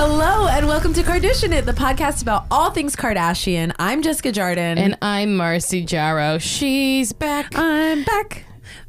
and welcome to Kardashian It, the podcast about all things Kardashian. I'm Jessica Jardin. And I'm Marcy Jarrow. She's back. Mm-hmm. I'm back,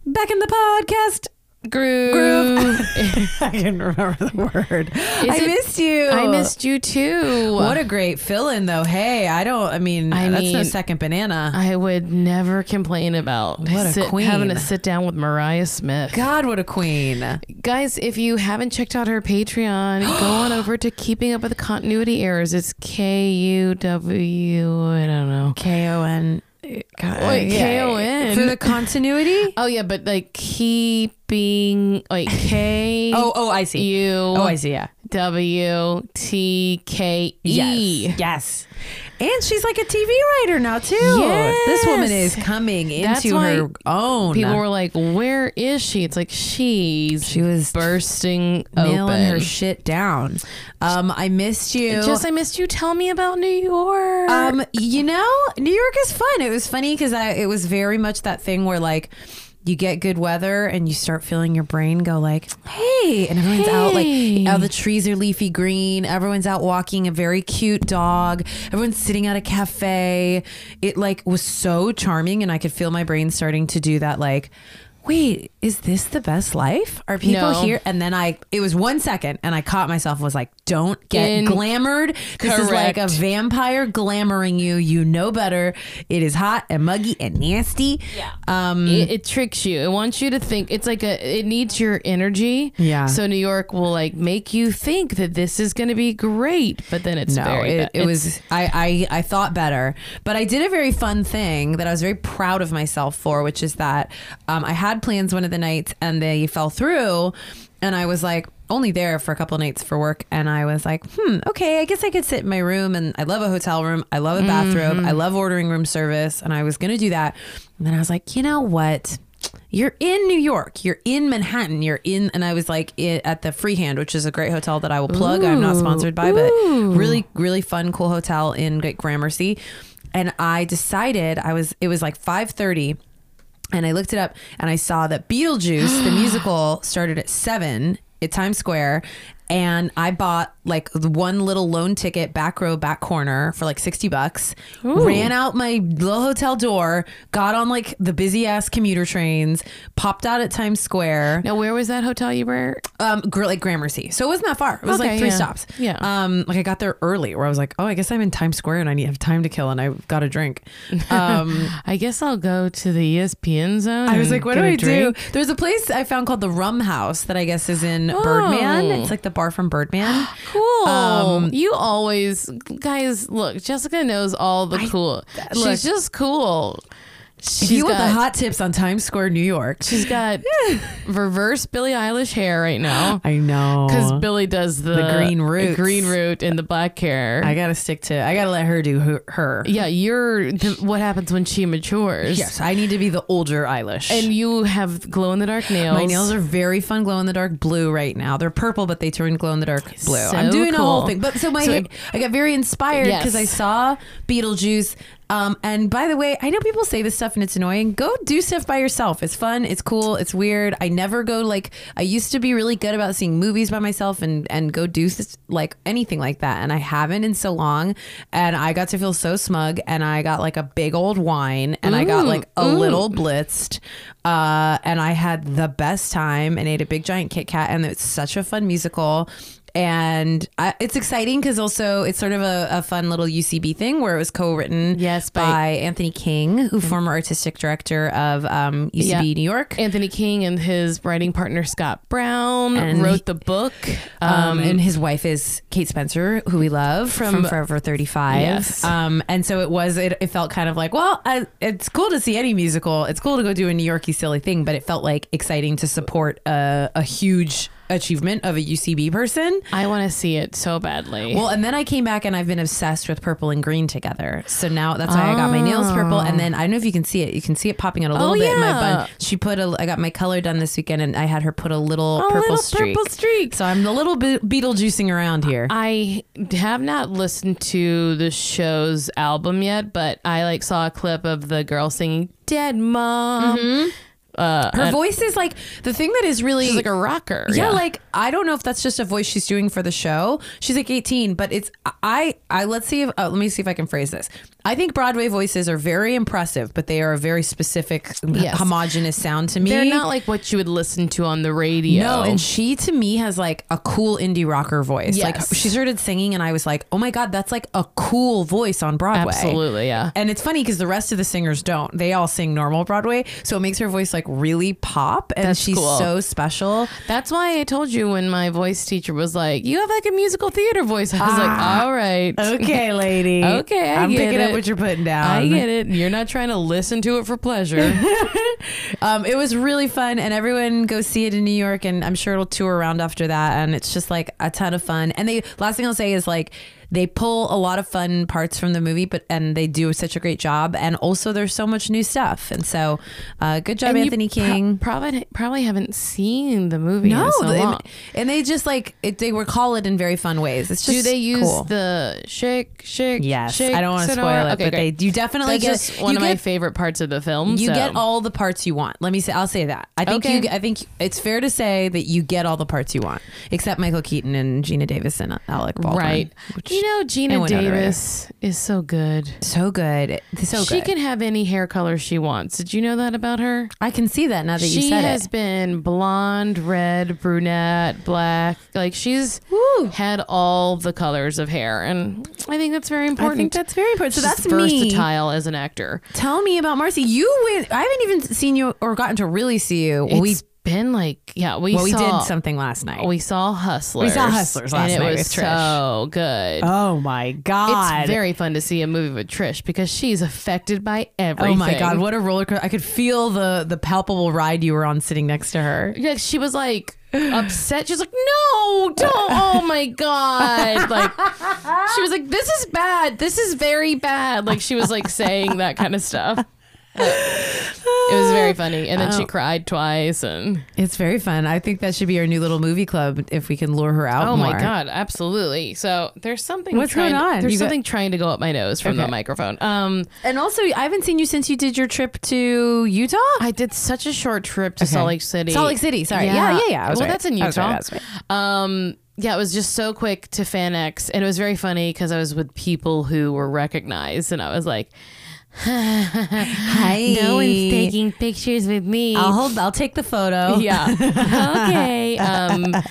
back in the podcast. Groove. Groove. I can remember the word. I it- missed you. I missed you too. What a great fill in, though. Hey, I don't, I mean, I that's no mean- second banana. I would never complain about What a sit- queen. having to sit down with Mariah Smith. God, what a queen. Guys, if you haven't checked out her Patreon, go on over to Keeping Up with the Continuity Errors. It's K U W. I don't know. K O N. Wait, K-O-N. For the continuity? Oh yeah, but like keeping like K Oh, oh, I see. U Oh, I see. Yeah. W T K E. Yes. Yes. And she's like a TV writer now too. This woman is Yes. coming That's into why her own. People were like, "Where is she?" It's like she's she was bursting nailing open. her shit down. Um, I missed you. Just I missed you. Tell me about New York. Um, you know, New York is fun. It was funny because I it was very much that thing where like you get good weather and you start feeling your brain go like, hey, and everyone's out Hey. like all the trees are leafy green. Everyone's out walking a very cute dog. Everyone's sitting at a cafe. It like was so charming, and I could feel my brain starting to do that like. Wait, is this the best life? Are people No. here? And then I, it was one second, and I caught myself and was like, "Don't get In- glamored. This is like a Correct. vampire glamoring you. You know better. It is hot and muggy and nasty. Yeah. Um, it, it tricks you. It wants you to think. It's like a. It needs your energy. Yeah. So New York will like make you think that this is going to be great, but then it's no, very. it, bad. it was. I, I I thought better, but I did a very fun thing that I was very proud of myself for, which is that um, I had plans one of the nights and they fell through, and I was like only there for a couple nights for work, and I was like, hmm, okay, I guess I could sit in my room, and I love a hotel room, I love a bathrobe, Mm-hmm. I love ordering room service, and I was gonna do that, and then I was like, you know what? you're in New York, you're in Manhattan, you're in, and I was like i at the Freehand, which is a great hotel that I will plug. I'm not Ooh. sponsored by, but really, really fun, cool hotel in Great Gramercy. And I decided I was, it was like 5:30, and I looked it up, and I saw that Beetlejuice the musical started at seven at Times Square. And I bought like the one little loan ticket back row, back corner for like 60 bucks. Ran out my little hotel door, got on like the busy ass commuter trains, popped out at Times Square, Now, where was that hotel you were? um, gr- like Gramercy. So it wasn't that far. It was like Okay, three yeah. stops. Yeah. Um, like I got there early where I was like, oh, I guess I'm in Times Square and I need have time to kill and I got a drink. Um, I guess I'll go to the E ESPN zone. I was and like, what do get I a drink. do? There's a place I found called the Rum House that I guess is in Birdman. Oh. It's like the bar from Birdman. Cool. Um, you always, guys. Look, Jessica knows all the cool. look. she's just cool. She's if you want got, the hot tips on Times Square, New York. she's got reverse Billie Eilish hair right now I know. because Billie does the, The green roots. green root, and the black hair. I gotta stick to. I gotta let her do her. her. yeah, you're th- what happens when she matures. Yes, I need to be the older Eilish. and you have glow in the dark nails. my nails are very fun, glow in the dark blue right now. They're purple, but they turn glow in the dark blue. I'm So doing a whole cool. thing. But so my, So hair- I got very inspired Yes. because I saw Beetlejuice. Um, and by the way, I know people say this stuff and it's annoying. Go do stuff by yourself. It's fun. It's cool. It's weird. I never go like I used to be really good about seeing movies by myself and and go do s- like anything like that. And I haven't in so long. And I got to feel so smug. And I got like a big old wine. And I got Ooh, like a ooh. little blitzed uh, and i had the best time and ate a big giant kit kat and it's such a fun musical and I, it's exciting because also it's sort of a, a fun little ucb thing where it was co-written Yes, by, by- anthony king who former artistic director of um, ucb Yeah. new york Anthony King and his writing partner Scott Brown And wrote he- the book. Uh, Um, and his wife is Kate Spencer, who we love from, From- Forever 35. Yes. Um, and so it was, it, it felt kind of like, well, I, it's cool to see any musical. It's cool to go do a New Yorkie silly thing, but it felt like exciting to support a, a huge achievement of a UCB person. I want to see it so badly. Well, and then I came back and I've been obsessed with purple and green together. So now that's why I got my Ah. nails purple. And then I don't know if you can see it. You can see it popping out a little bit in my Oh, yeah. bun. She put a. I got my color done this weekend, and I had her put a little A purple little streak. purple streak. So I'm a little be- Beetlejuicing around here. I have not listened to the show's Mm-hmm. album yet, but I like saw a clip of the girl singing "Dead Mom." uh, Her an- voice is like the thing that is really She's like a rocker. yeah, like I don't know if that's just a voice she's doing for the show. She's like 18, but it's I I let's see if uh, let me see if I can phrase this. I think Broadway voices are very impressive, but they are a very specific Yes. homogenous sound to me. they're not like what you would listen to on the radio. no, and she to me has like a cool indie rocker voice. Yes. Like she started singing, and I was like, "Oh my god, that's like a cool voice on Broadway." absolutely, yeah. And it's funny because the rest of the singers don't. They all sing normal Broadway, so it makes her voice like really pop, and That's she's cool. so special. That's why I told you when my voice teacher was like, "You have like a musical theater voice." I was Ah. like, "All right, Okay, lady. Okay, I am get picking up it. what you're putting down. I get it. You're not trying to listen to it for pleasure." Um, it was really fun, and everyone go see it in New York, and I'm sure it'll tour around after that. And it's just like a ton of fun. And they last thing I'll say is like they pull a lot of fun parts from the movie, but and they do such a great job. And also, there's so much new stuff. And so, uh, good job, And you Anthony pro- King. probably probably haven't seen the movie. in so long. and, and they just like it, they recall it in very fun ways. It's just do they use cool. the shake, shake? Yes, shake, I don't want to sonora? spoil it, Okay, but great. they you definitely That's get just one you of get my favorite parts of the film. You so- get all the parts you want. Let me say, I'll say that. I think Okay. you. I think it's fair to say that you get all the parts you want, except Michael Keaton and Gina Davis and Alec Baldwin. right. which- You know, Gina went underrated. Davis is so good. so good, so she good. can have any hair color she wants. Did you know that about her? I can see that now that you she said has it. been blonde, red, brunette, black. Like she's Woo. had all the colors of hair, and I think that's very important. I think that's very important. So She's that's me. versatile as an actor. Tell me about Marcy. You went. I haven't even seen you or gotten to really see you. we It's been like yeah, we well, we saw- did something last night. We saw Hustlers. Hustlers last and it night was with Trish. so good. oh my god. It's very fun to see a movie with Trish because she's affected by everything. Oh my god! What a roller coaster! I could feel the the palpable ride you were on sitting next to her. Yeah, she was like upset. She was like, "No, don't! Oh my god!" Like she was like, "This is bad. This is very bad." Like she was like saying that kind of stuff. It was very funny, and then she cried twice. And It's very fun. I think that should be our new little movie club if we can lure her out. oh my more. god, absolutely. So there's something. What's trying going on? there's You got- something trying to go up my nose from the microphone. Um, And also, I haven't seen you since you did your trip to Utah. I did such a short trip to Okay. Salt Lake City. Salt Lake City. Sorry. Yeah, yeah, yeah. I was well, right. that's in I Utah. was right, I was right. Um, yeah, it was just so quick to FanX, and it was very funny because I was with people who were recognized, and I was like, Hi. "No one's taking pictures with me." I'll hold. I'll take the photo. Oh, yeah. okay. Um, uh,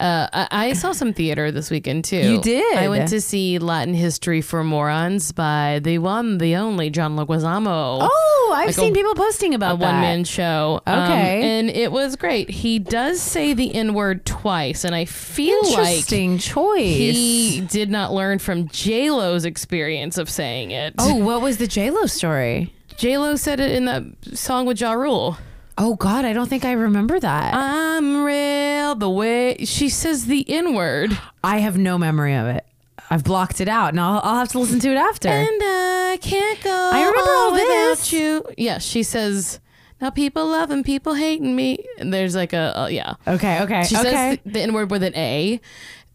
I I saw some theater this weekend too. You did? I went to see Latin History for Morons by the one, the only John Leguizamo. Oh, I've Like a- seen people posting about a one man show. Um, Okay. and it was great. He does say the N word twice, and I feel that. like Interesting choice. he did not learn from J Lo's experience of saying it. oh, what was the J Lo story? J Lo said it in that song with Ja Rule. Oh God, I don't think I remember that. I'm real the way she says the N word, I have no memory of it. I've blocked it out, and I'll, I'll have to listen to it after. and I can't go. I remember all on without this. you. Yeah, she says. Now people loving, people hating me. And there's like a uh, yeah. okay, okay, She okay. says the, the N word with an A,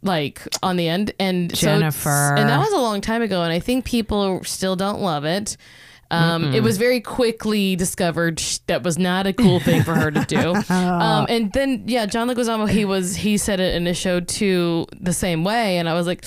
like on the end. And so- Jennifer. and that was a long time ago, and I think people still don't love it. Um, it was very quickly discovered sh- that was not a cool thing for her to do. um, and then yeah, John Leguizamo, he was he said it in a show too the same way, and I was like,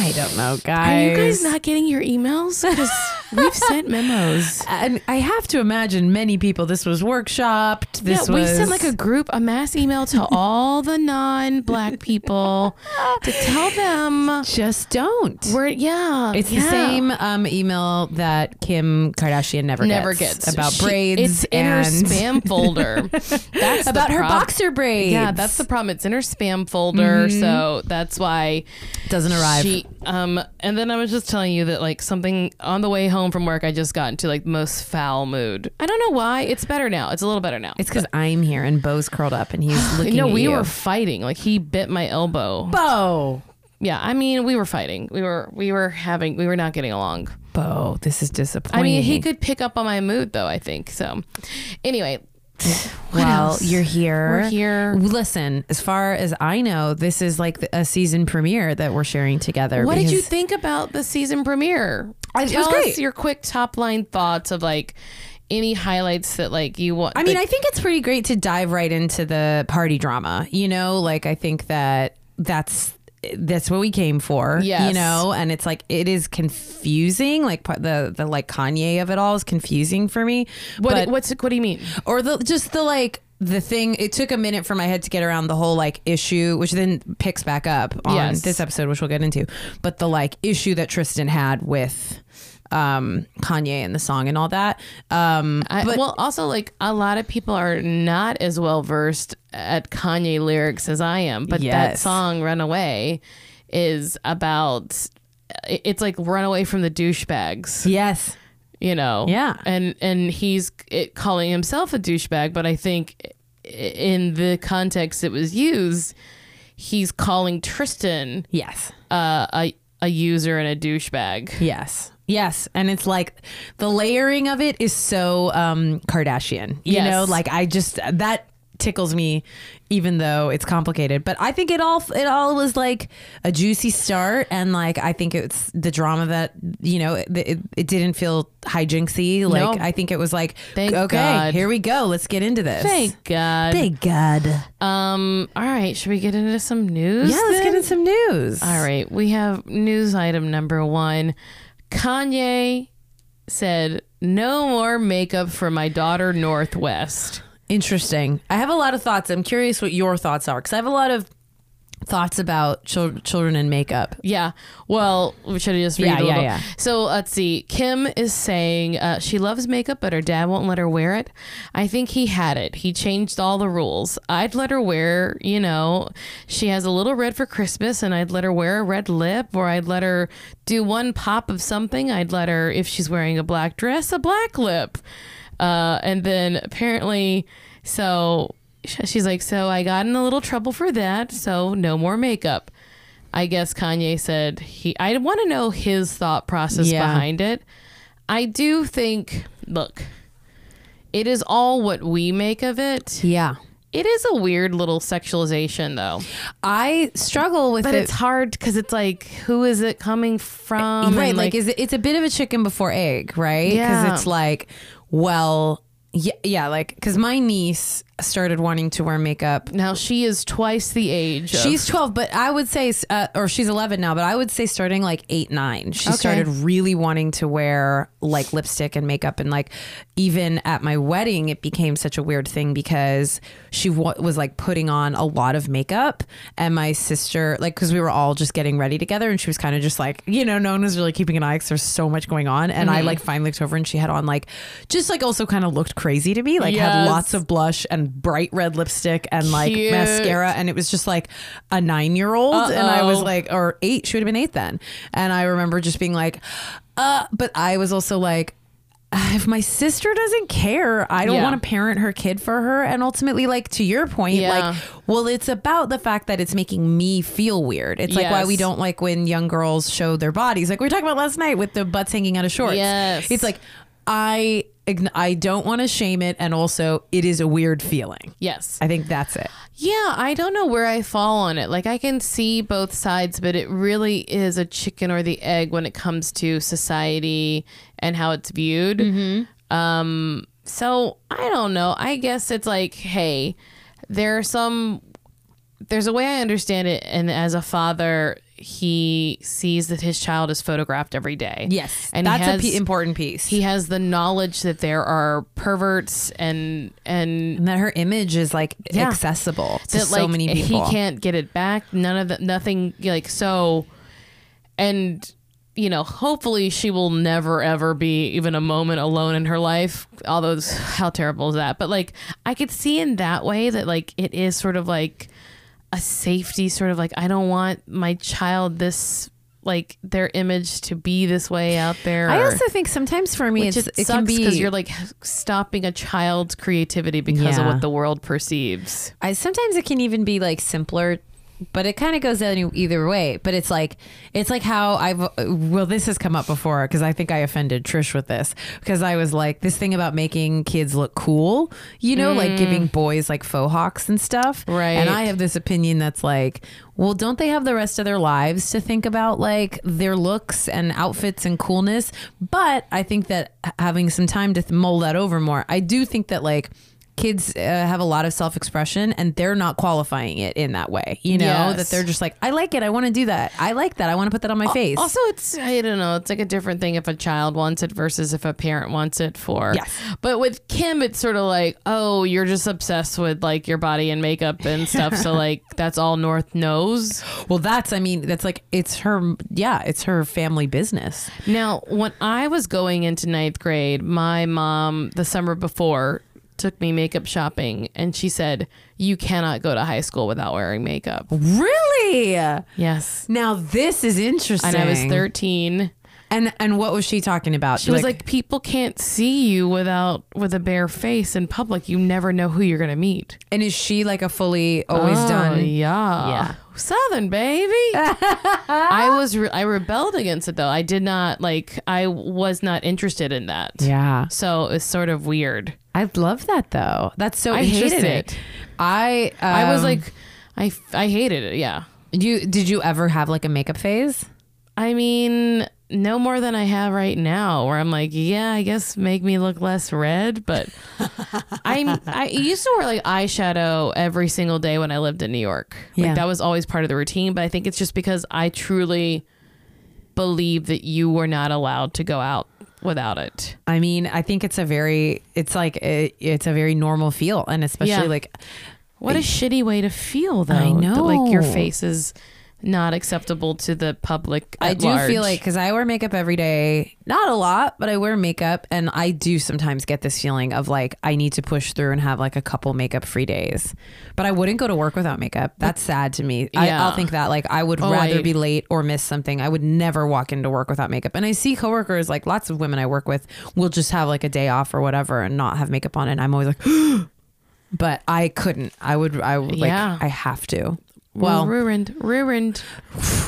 I don't know, Are guys. you guys not getting your emails? Because we've sent memos. and I have to imagine many people. This was workshopped. This yeah, was we sent like a group, a mass email to all the non-black people to tell them just don't. We're yeah. it's the yeah. same um, email that Kim Kardashian never Never gets, gets about She- braids. It's in her and- spam folder. That's about the her prob- boxer braids. Yeah, that's the problem. It's in her spam folder, so that's why Mm-hmm. doesn't arrive. she. Um, and then I was just telling you that like something on the way home from work, I just got into like the most foul mood. I don't know why. It's better now. It's a little better now. it's because I'm here and Bo's curled up and he's looking. no, at we you. were fighting. Like he bit my elbow. Bo. yeah, I mean, we were fighting. We were we were having we were not getting along. Bo, this is disappointing. I mean, he could pick up on my mood though. I think so. Anyway, what Well, else? you're here. We're here. Listen, as far as I know, this is like a season premiere that we're sharing together. What did you because- think about the season premiere? I- it was Tell great. us your quick top line thoughts of like any highlights that like you want? I mean, like, I think it's pretty great to dive right into the party drama. You know, like I think that that's that's what we came for. Yes. You know, and it's like it is confusing. Like pa- the the like Kanye of it all is confusing for me. what but, what's what do you mean? or the just the like the thing it took a minute for my head to get around the whole like issue which then picks back up on Yes. this episode which we'll get into but the like issue that tristan had with um kanye and the song and all that um I, but well, also like a lot of people are not as well versed at Kanye lyrics as I am, but that Yes. song "Runaway" is about it- it's like "Runaway from the douchebags," yes you know. Yeah. and and he's it, calling himself a douchebag, but I think i- in the context it was used, he's calling Tristan yes uh, a a user and a douchebag. Yes. Yes. And it's like the layering of it is so um Kardashian. You Yes. know, like I just that tickles me even though it's complicated. But I think it all it all was like a juicy start and like I think it's the drama that you know it, it, it didn't feel hijinksy. Like No. I think it was like Thank okay, God. here we go. Let's get into this. Thank God. Thank God. Um. All right. Should we get into some news? Yeah, let's then? get in some news. All right, we have news item number one. Kanye said, No more makeup for my daughter, Northwest. Interesting. I have a lot of thoughts. I'm curious what your thoughts are because I have a lot of thoughts about chil- children and makeup. Yeah. Well, we should have just read Yeah, a yeah, little. yeah. So let's see. Kim is saying uh, she loves makeup, but her dad won't let her wear it. I think he had it. He changed all the rules. I'd let her wear, you know, she has a little red for Christmas, and I'd let her wear a red lip, or I'd let her do one pop of something. I'd let her, if she's wearing a black dress, a black lip. Uh, and then apparently, so sh- she's like, so I got in a little trouble for that, so no more makeup. I guess Kanye said he. I want to know his thought process Yeah. behind it. I do think. Look, it is all what we make of it. Yeah. It is a weird little sexualization, though. I struggle with But it. it's hard because it's like, who is it coming from? right. And, Like, is it, it's a bit of a chicken before egg, right? Because Yeah. it's like, well, yeah, yeah like, because my niece started wanting to wear makeup. now she is twice the age. of- She's 12, but I would say, uh, or she's 11 now, but I would say starting like eight, nine, she Okay. started really wanting to wear like lipstick and makeup. And like, even at my wedding, it became such a weird thing because she wa was like putting on a lot of makeup. And my sister, like, because we were all just getting ready together and she was kind of just like, you know, no one was really keeping an eye because there's so much going on. And Mm-hmm. I like finally looked over and she had on like, just like also kind of looked crazy to me, like had Yes. lots of blush and bright red lipstick and like Cute. mascara mascara, and it was just like a nine year old and I was Uh-oh. like or eight she would have been eight then and I remember just being like uh but I was also like if my sister doesn't care, I don't Yeah. want to parent her kid for her. And ultimately, like to your point, Yeah. like, well, it's about the fact that it's making me feel weird. It's like why Yes. we don't like when young girls show their bodies. Like we were talking about last night with the butts hanging out of shorts. Yes. It's like, I, ign- I don't want to shame it. And also, it is a weird feeling. yes. I think that's it. Yeah, I don't know where I fall on it. Like I can see both sides, but it really is a chicken or the egg when it comes to society and how it's viewed. Mm-hmm. Um, so I don't know. I guess it's like, hey, there are some. There's a way I understand it, and as a father, he sees that his child is photographed every day. Yes, and that's he has, a p- important piece. he has the knowledge that there are perverts and and and that her image is like Yeah. accessible to that so like many people. he can't get it back. None of the nothing like so, and you know, hopefully she will never ever be even a moment alone in her life. Although it's- how terrible is that? But like I could see in that way that like it is sort of like a safety sort of like I don't want my child this like their image to be this way out there. I or- also think sometimes for me, which it's, it, it can sucks be because you're like stopping a child's creativity because of Yeah. what the world perceives. I sometimes it can even be like simpler but it kind of goes any, either way. But it's like it's like how I've well, this has come up before because I think I offended Trish with this because I was like this thing about making kids look cool, you know, like giving boys like faux hawks and stuff. Mm. Right. And I have this opinion that's like, well, don't they have the rest of their lives to think about like their looks and outfits and coolness? But I think that h- having some time to th- mull that over more, I do think that like kids uh, have a lot of self expression and they're not qualifying it in that way. You know, Yes. that they're just like, I like it. I want to do that. I like that. I want to put that on my face. Also, it's I don't know. It's like a different thing if a child wants it versus if a parent wants it for. Yes. But with Kim, it's sort of like, oh, you're just obsessed with like your body and makeup and stuff. so like that's all North knows. well, that's, I mean, that's like, it's her, yeah, it's her family business. Now, when I was going into ninth grade, my mom the summer before took me makeup shopping, and she said, "You cannot go to high school without wearing makeup." Really? Yes. Now, this is interesting. And I was 13. And, and what was she talking about? She was like, people can't see you without with a bare face in public. You never know who you're gonna meet. And is she like a fully always Oh, done? Yeah. Yeah. Southern baby. I was re- I rebelled against it though. I did not like. I was not interested in that. Yeah. So it's sort of weird. I love that though. That's so I hated interesting. it. I um, I was like, I f- I hated it. Yeah. you did you ever have like a makeup phase? I mean, no more than I have right now, where I'm like, yeah, I guess make me look less red, but I'm I used to wear like eyeshadow every single day when I lived in New York. Yeah. Like that was always part of the routine, but I think it's just because I truly believe that you were not allowed to go out without it. I mean, I think it's a very it's like it, it's a very normal feel and especially Yeah. like What a shitty way to feel though. I that, like your know. face is not acceptable to the public. I at do large. feel like cuz I wear makeup every day. Not a lot, but I wear makeup and I do sometimes get this feeling of like I need to push through and have like a couple makeup free days. But I wouldn't go to work without makeup. That's sad to me. I, Yeah. I'll think that like I would Oh, rather I- be late or miss something. I would never walk into work without makeup. And I see coworkers like lots of women I work with will just have like a day off or whatever and not have makeup on and I'm always like but I couldn't. I would I would like Yeah. I have to. well, Well, we're ruined, ruined,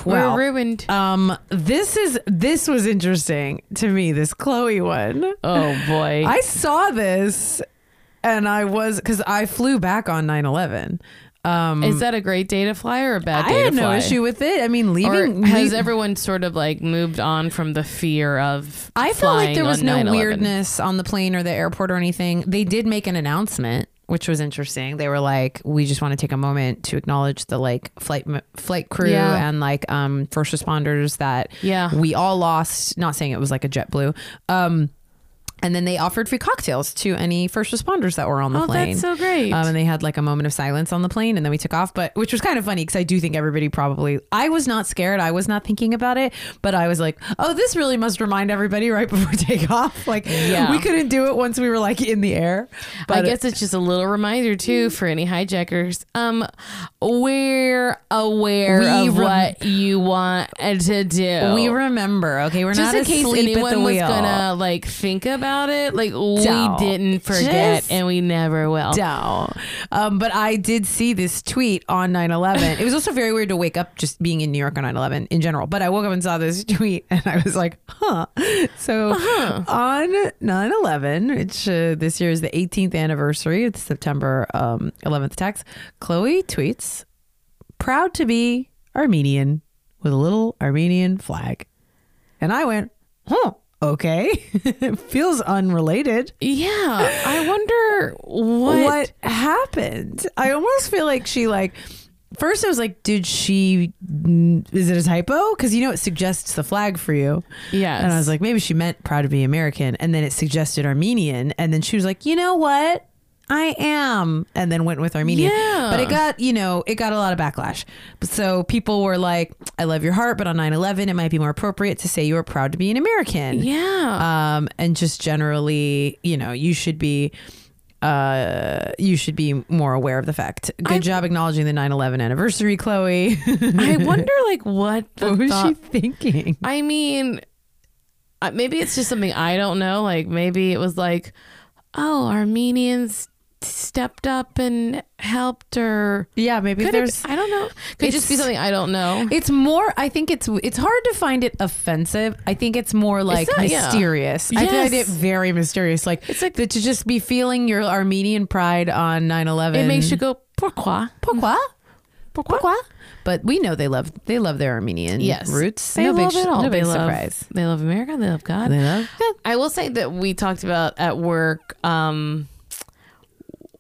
Well, we're ruined. um, this is this was interesting to me. This Chloe one. Oh boy. I saw this, and I was because I flew back on 9-11. Um, Is that a great day to fly or a bad I day had to no fly? issue with it. I mean, Or leaving has le- everyone sort of like moved on from the fear of? I felt like flying there was on no 9/11? weirdness on the plane or the airport or anything. They did make an announcement, which was interesting. They were like, "We just want to take a moment to acknowledge the like flight m- flight crew Yeah. and like um first responders that Yeah. we all lost." Not saying it was like a JetBlue. Um, and then they offered free cocktails to any first responders that were on the Oh, plane. that's so great. Um, and they had like a moment of silence on the plane, and then we took off. But which was kind of funny because I do think everybody probably I was not scared. I was not thinking about it, but I was like, oh, this really must remind everybody right before takeoff. Like, Yeah. we couldn't do it once we were like in the air. I But guess it's just a little reminder too for any hijackers. Um, we're aware We of rem- what you want to do. we remember. Okay, we're Oh. just not in case asleep anyone at the was wheel. gonna like think about it. Like Don't. we didn't forget, Just and we never will. down. Um, but I did see this tweet on 9 11. It was also very weird to wake up just being in New York on 9 11 in general. But I woke up and saw this tweet and I was like, huh. So on 9 11, which uh, this year is the 18th anniversary, it's September um, 11th attacks, Chloe tweets, proud to be Armenian with a little Armenian flag. And I went, huh. Okay, feels unrelated Yeah, I wonder what. what happened i almost feel like she like first i was like did she is it a typo because you know it suggests the flag for you Yes. and i was like maybe she meant proud to be american and then it suggested armenian and then she was like you know what i am and then went with armenian Yeah. but it got you know it got a lot of backlash so people were like i love your heart but on 9-11 it might be more appropriate to say you are proud to be an american Yeah. um, and just generally, you know, you should be uh you should be more aware of the fact good I- job acknowledging the 9-11 anniversary chloe I wonder, like, what the what was thought- she thinking I mean, uh, maybe it's just something I don't know. Like, maybe it was like, oh, Armenians stepped up and helped or Yeah, maybe could it, there's. I don't know. Could it just be It's- something I don't know. It's more. I think it's it's hard to find it offensive. I think it's more like not- yeah. mysterious. I Yes. find it very mysterious. Like it's like the, to just be feeling your Armenian pride on 9-11. It makes you go pourquoi? pourquoi Pourquoi? But we know they love they love their Armenian Yes, roots. They no love big, it all. No they big love. surprise. They love America. They love God. They love. I will say that we talked about at work, um,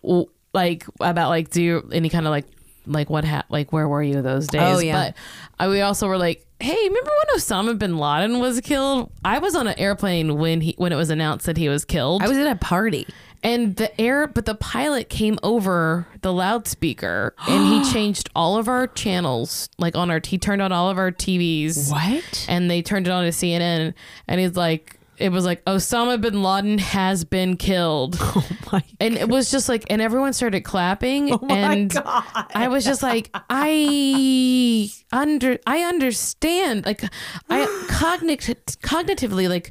w- like about like do you, any kind of like like what ha- like where were you those days? Oh, yeah. But I, we also were like, hey, remember when Osama bin Laden was killed? I was on an airplane when he when it was announced that he was killed, I was at a party. and the air but the pilot came over the loudspeaker and he changed all of our channels, like on our he turned on all of our TVs What? and they turned it on to CNN, and he's like, it was like Osama bin Laden has been killed, Oh My oh and it was just like, and everyone started clapping, and God. I was just like, I under, I understand, like, I cognit- cognitively, like,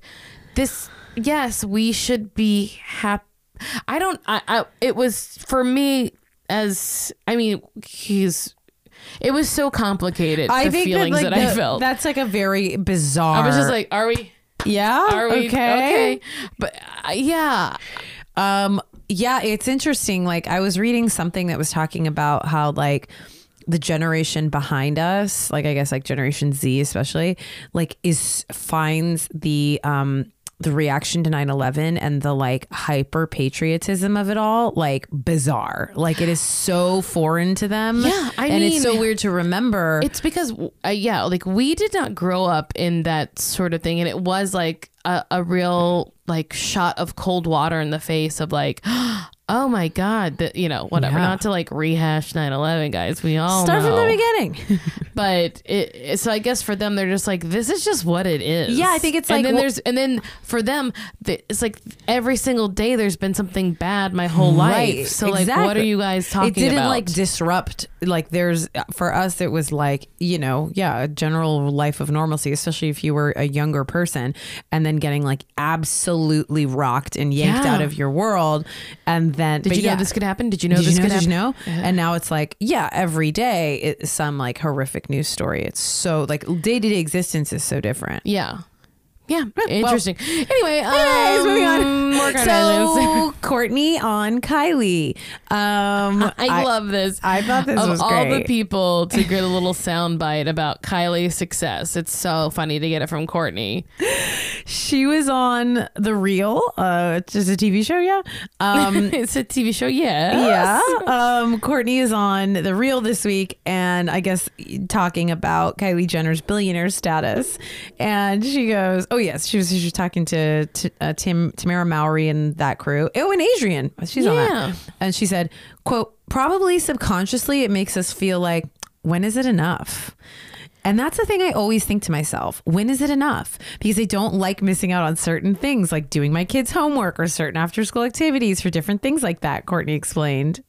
this, yes, we should be happy. I don't, I, I, it was for me as, I mean, he's. It was so complicated. I the think that, feelings like, that, I the- felt. That's like a very bizarre. I was just like, are we? yeah, Are we okay. okay? But uh, yeah, Um, yeah, it's interesting. Like I was reading something that was talking about how like the generation behind us, like I guess like Generation Z especially, like is finds the um the reaction to 9-11 and the like hyper patriotism of it all like bizarre like it is so foreign to them Yeah, I and it's so mean- weird to remember it's because uh, yeah, like we did not grow up in that sort of thing, and it was like a, a real like shot of cold water in the face of like. Oh my God! That you know, whatever. Yeah. Not to like rehash 9-11, guys. We all start know. from the beginning But it, it- so I guess for them, they're just like, this is just what it is. Yeah, I think it's like- and then well- there's and then for them, th- it's like every single day there's been something bad my whole life. So like, what exactly. are you guys talking It didn't about? like disrupt. Like there's for us, it was like you know, yeah, a general life of normalcy, especially if you were a younger person, and then getting like absolutely rocked and yanked Yeah. out of your world, and then Did but you know yeah. this could happen? Did you know Did this you know? could Did you happen? know? And now it's like, yeah, every day it's some like horrific news story. It's so like day to day existence is so different. Yeah. Yeah. Well- Interesting. anyway, Anyways, um, moving on. More Kardashians. so Courtney on Kylie. Um, I, love this. I thought this of was all the great. people to get a little soundbite about Kylie's success, it's so funny to get it from Courtney. She was on The Real, uh, it's just a TV show, yeah. Um, it's a TV show, yeah. yeah. Um, Courtney is on The Real this week, and I guess talking about Kylie Jenner's billionaire status. And she goes, "Oh yes, she was she was talking to, to uh, Tim Tamara Mowry and that crew. Oh, and Adrian, she's on Yeah. that. And she said, "quote Probably subconsciously, it makes us feel like when is it enough." And that's the thing I always think to myself when is it enough? Because I don't like missing out on certain things like doing my kids' homework or certain after school activities for different things like that, Courtney explained,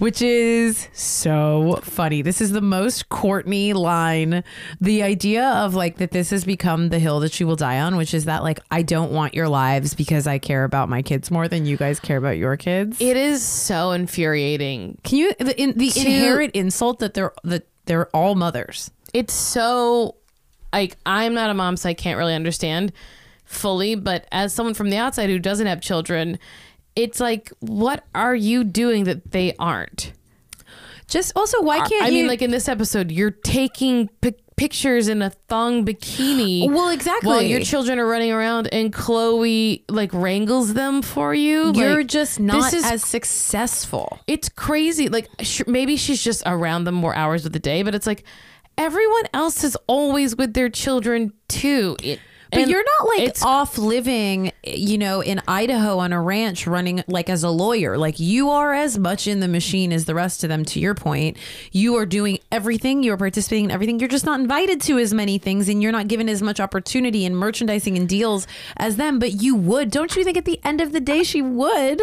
which is so funny. This is the most Courtney line. The idea of like that this has become the hill that she will die on, which is that like, I don't want your lives because I care about my kids more than you guys care about your kids. It is so infuriating. Can you, the, in, the To- inherent insult that they're, that they're all mothers. It's so like I'm not a mom, so I can't really understand fully, but as someone from the outside who doesn't have children, it's like, what are you doing that they aren't? Just also, why can't I you? mean, like in this episode, you're taking pic- pictures in a thong bikini. Well, exactly. While your children are running around and Chloe like wrangles them for you. you're Like, just not This is as successful. it's crazy. Like sh- maybe she's just around them more hours of the day, but it's like everyone else is always with their children too. It- But and you're not like it's off living, you know, in Idaho on a ranch running like as a lawyer. Like you are as much in the machine as the rest of them, to your point. You are doing everything, you're participating in everything. You're just not invited to as many things and you're not given as much opportunity and merchandising and deals as them, but you would. Don't you think at the end of the day she would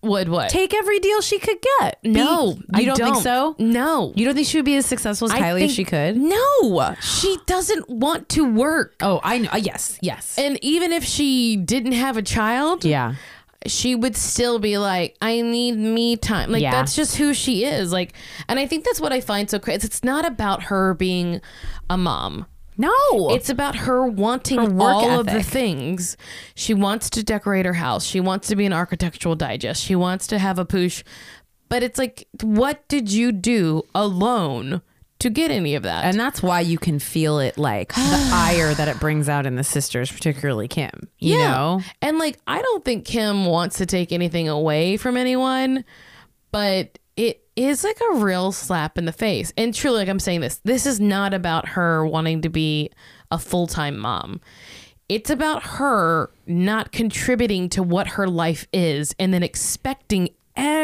would what? take every deal she could get? Be- no, you I don't, think so? No, You don't think she would be as successful as I Kylie think- if she could? No, she doesn't want to work. Oh, I know. Yes, yes. And even if she didn't have a child, yeah. she would still be like, I need me time. Like Yeah. that's just who she is. Like, and I think that's what I find so crazy. It's not about her being a mom. No. It's about her wanting work all of the ethic. things. She wants to decorate her house. She wants to be an architectural digest. She wants to have a poosh. But it's like, what did you do alone to get any of that? and that's why you can feel it like the ire that it brings out in the sisters, particularly Kim. You know? And like, I don't think Kim wants to take anything away from anyone, but it is like a real slap in the face. And truly, like I'm saying this, this is not about her wanting to be a full time mom. It's about her not contributing to what her life is and then expecting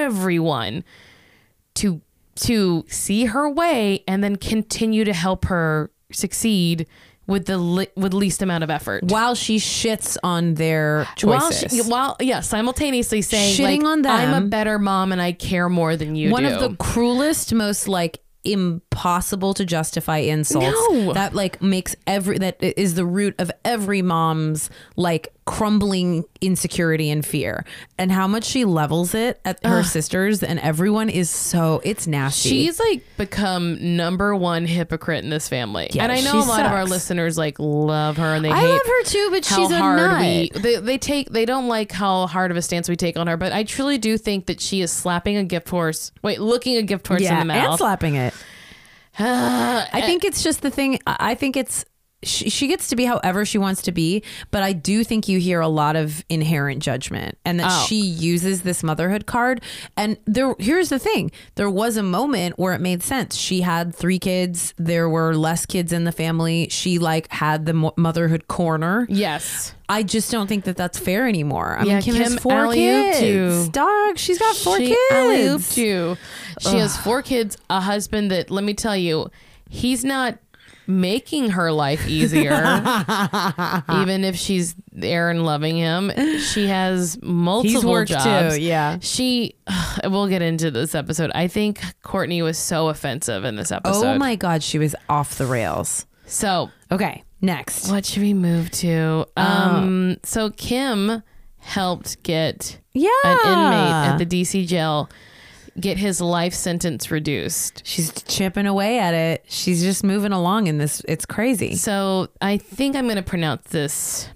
everyone to to see her way and then continue to help her succeed with the li- with least amount of effort While she shits on their while choices. she, while yeah, simultaneously saying Shitting like, on them. I'm a better mom and I care more than you one do. of the cruelest most like impossible to justify insults No. that like makes every that is the root of every mom's like crumbling insecurity and fear and how much she levels it at her sisters and everyone is so it's nasty She's like become number one hypocrite in this family, Yeah, and I know she a lot of our sucks. listeners like love her and they I hate love her too, but how she's a hard nut. we they, they take they don't like how hard of a stance we take on her, but I truly do think that she is slapping a gift horse, wait, looking a gift horse in yeah the and mouth. slapping it I think it's just the thing. I I think it's she, she gets to be however she wants to be, but I do think you hear a lot of inherent judgment and that Oh. she uses this motherhood card. And there, here's the thing: there was a moment where it made sense. She had three kids. There were less kids in the family. She like had the mo- motherhood corner. yes, I just don't think that that's fair anymore. I Yeah, mean, Kim, has Kim four alley-ooped kids. you. Dog, she's got four she kids. alley-ooped you. She has four kids, a husband that, let me tell you, he's not making her life easier. even if she's there and loving him, she has multiple worked too, jobs. yeah. She, we'll get into this episode. I think Courtney was so offensive in this episode. Oh my god, she was off the rails. So Okay, next. what should we move to? Uh. Um, so Kim helped get Yeah, an Ah. inmate at the DC jail get his life sentence reduced. She's chipping away at it. She's just moving along in this. It's crazy. So I think I'm going to pronounce this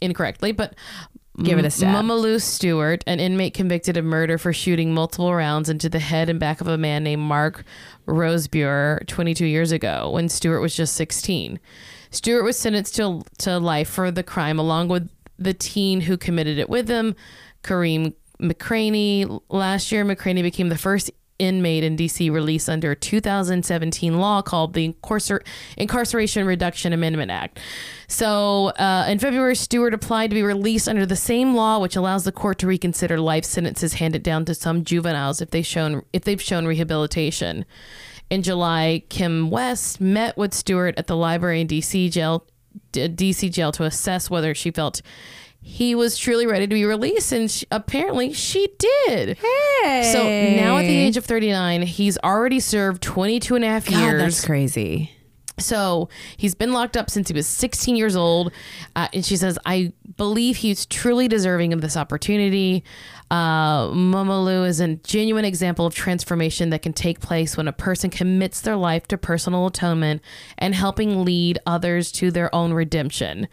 incorrectly, but Give it a stab. M- Mamalou Stewart, an inmate convicted of murder for shooting multiple rounds into the head and back of a man named Mark Rosebuer 22 years ago when Stewart was just 16. Stewart was sentenced to, to life for the crime along with the teen who committed it with him, Kareem McCraney. Last year, McCraney became the first inmate in DC released under a 2017 law called the Incarcer- Incarceration Reduction Amendment Act. So uh, in February, Stewart applied to be released under the same law, which allows the court to reconsider life sentences handed down to some juveniles if they shown if they've shown rehabilitation. In July, Kim West met with Stewart at the library in DC jail, D- DC jail to assess whether she felt he was truly ready to be released, and she, apparently she did. So now at the age of 39, he's already served 22 and a half Eh. God, years. that's crazy. So he's been locked up since he was 16 years old. Uh, and she says, I believe he's truly deserving of this opportunity. Uh, Momalu is a genuine example of transformation that can take place when a person commits their life to personal atonement and helping lead others to their own redemption.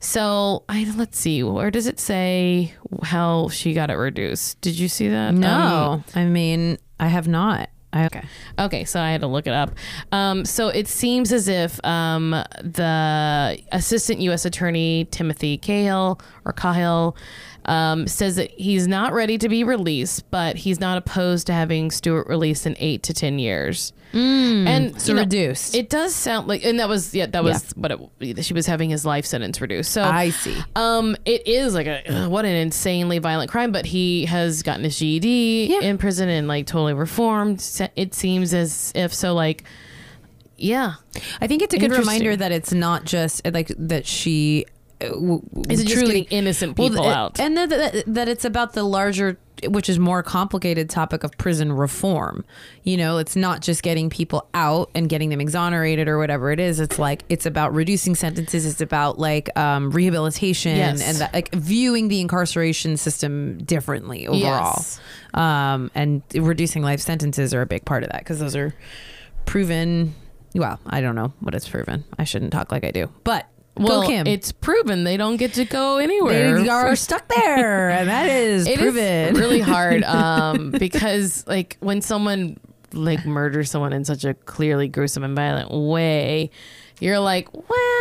So I, let's see, where does it say how she got it reduced? Did you see that? Um, No, I mean, I have not. I, okay. Okay, so I had to look it up. Um, so it seems as if um, the assistant U.S. attorney Timothy Cahill or Cahill um, says that he's not ready to be released, but he's not opposed to having Stewart released in eight to ten years. and Mm, So you know, reduced. it does sound like, and that was yeah, that was what it, she was having his life sentence reduced. So I see. um, it is like a ugh, what an insanely violent crime, but he has gotten his GED Yeah. in prison and like totally reformed. Se- It seems as if so, like, yeah, I think it's a good Interesting. reminder that it's not just like that she uh, w- w- Is it just truly getting innocent people th- out? and that, that that it's about the larger, which is more complicated topic of prison reform. You know, it's not just getting people out and getting them exonerated or whatever it is. It's like it's about reducing sentences. It's about like um, rehabilitation Yes. and that, like viewing the incarceration system differently overall. Yes. Um, and reducing life sentences are a big part of that because those are proven. Well, I don't know what it's proven. I shouldn't talk like I do, but Well, go Kim. it's proven they don't get to go anywhere. They are stuck there, and that is It is proven. really hard um, because like when someone like murders someone in such a clearly gruesome and violent way, you're like,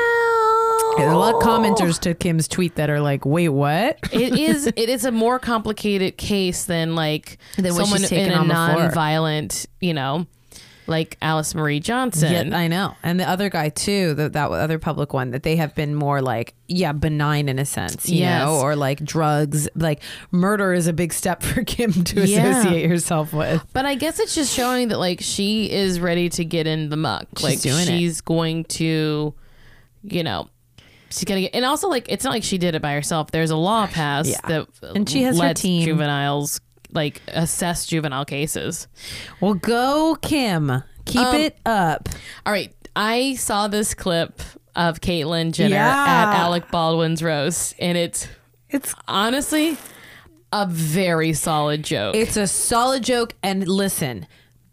well, There's a lot of commenters to Kim's tweet that are like, "Wait, what?" it is it is a more complicated case than like Than what she's someone taken in a on before. non-violent, you know, like Alice Marie Johnson. Yeah, I know. And the other guy too, the, that other public one, that they have been more like, yeah, benign in a sense, you Yes. know, or like drugs, like murder is a big step for Kim to Yeah. associate herself with. But I guess it's just showing that like she is ready to get in the muck. like doing it. she's going to, you know, she's gonna get. And also like it's not like she did it by herself. There's a law passed Yeah. that And she has her lets team. juveniles like assess juvenile cases. Well, go Kim, keep Um, it up. All right, I saw this clip of Caitlyn Jenner Yeah. at Alec Baldwin's roast, and it's It's honestly a very solid joke. It's a solid joke. And listen,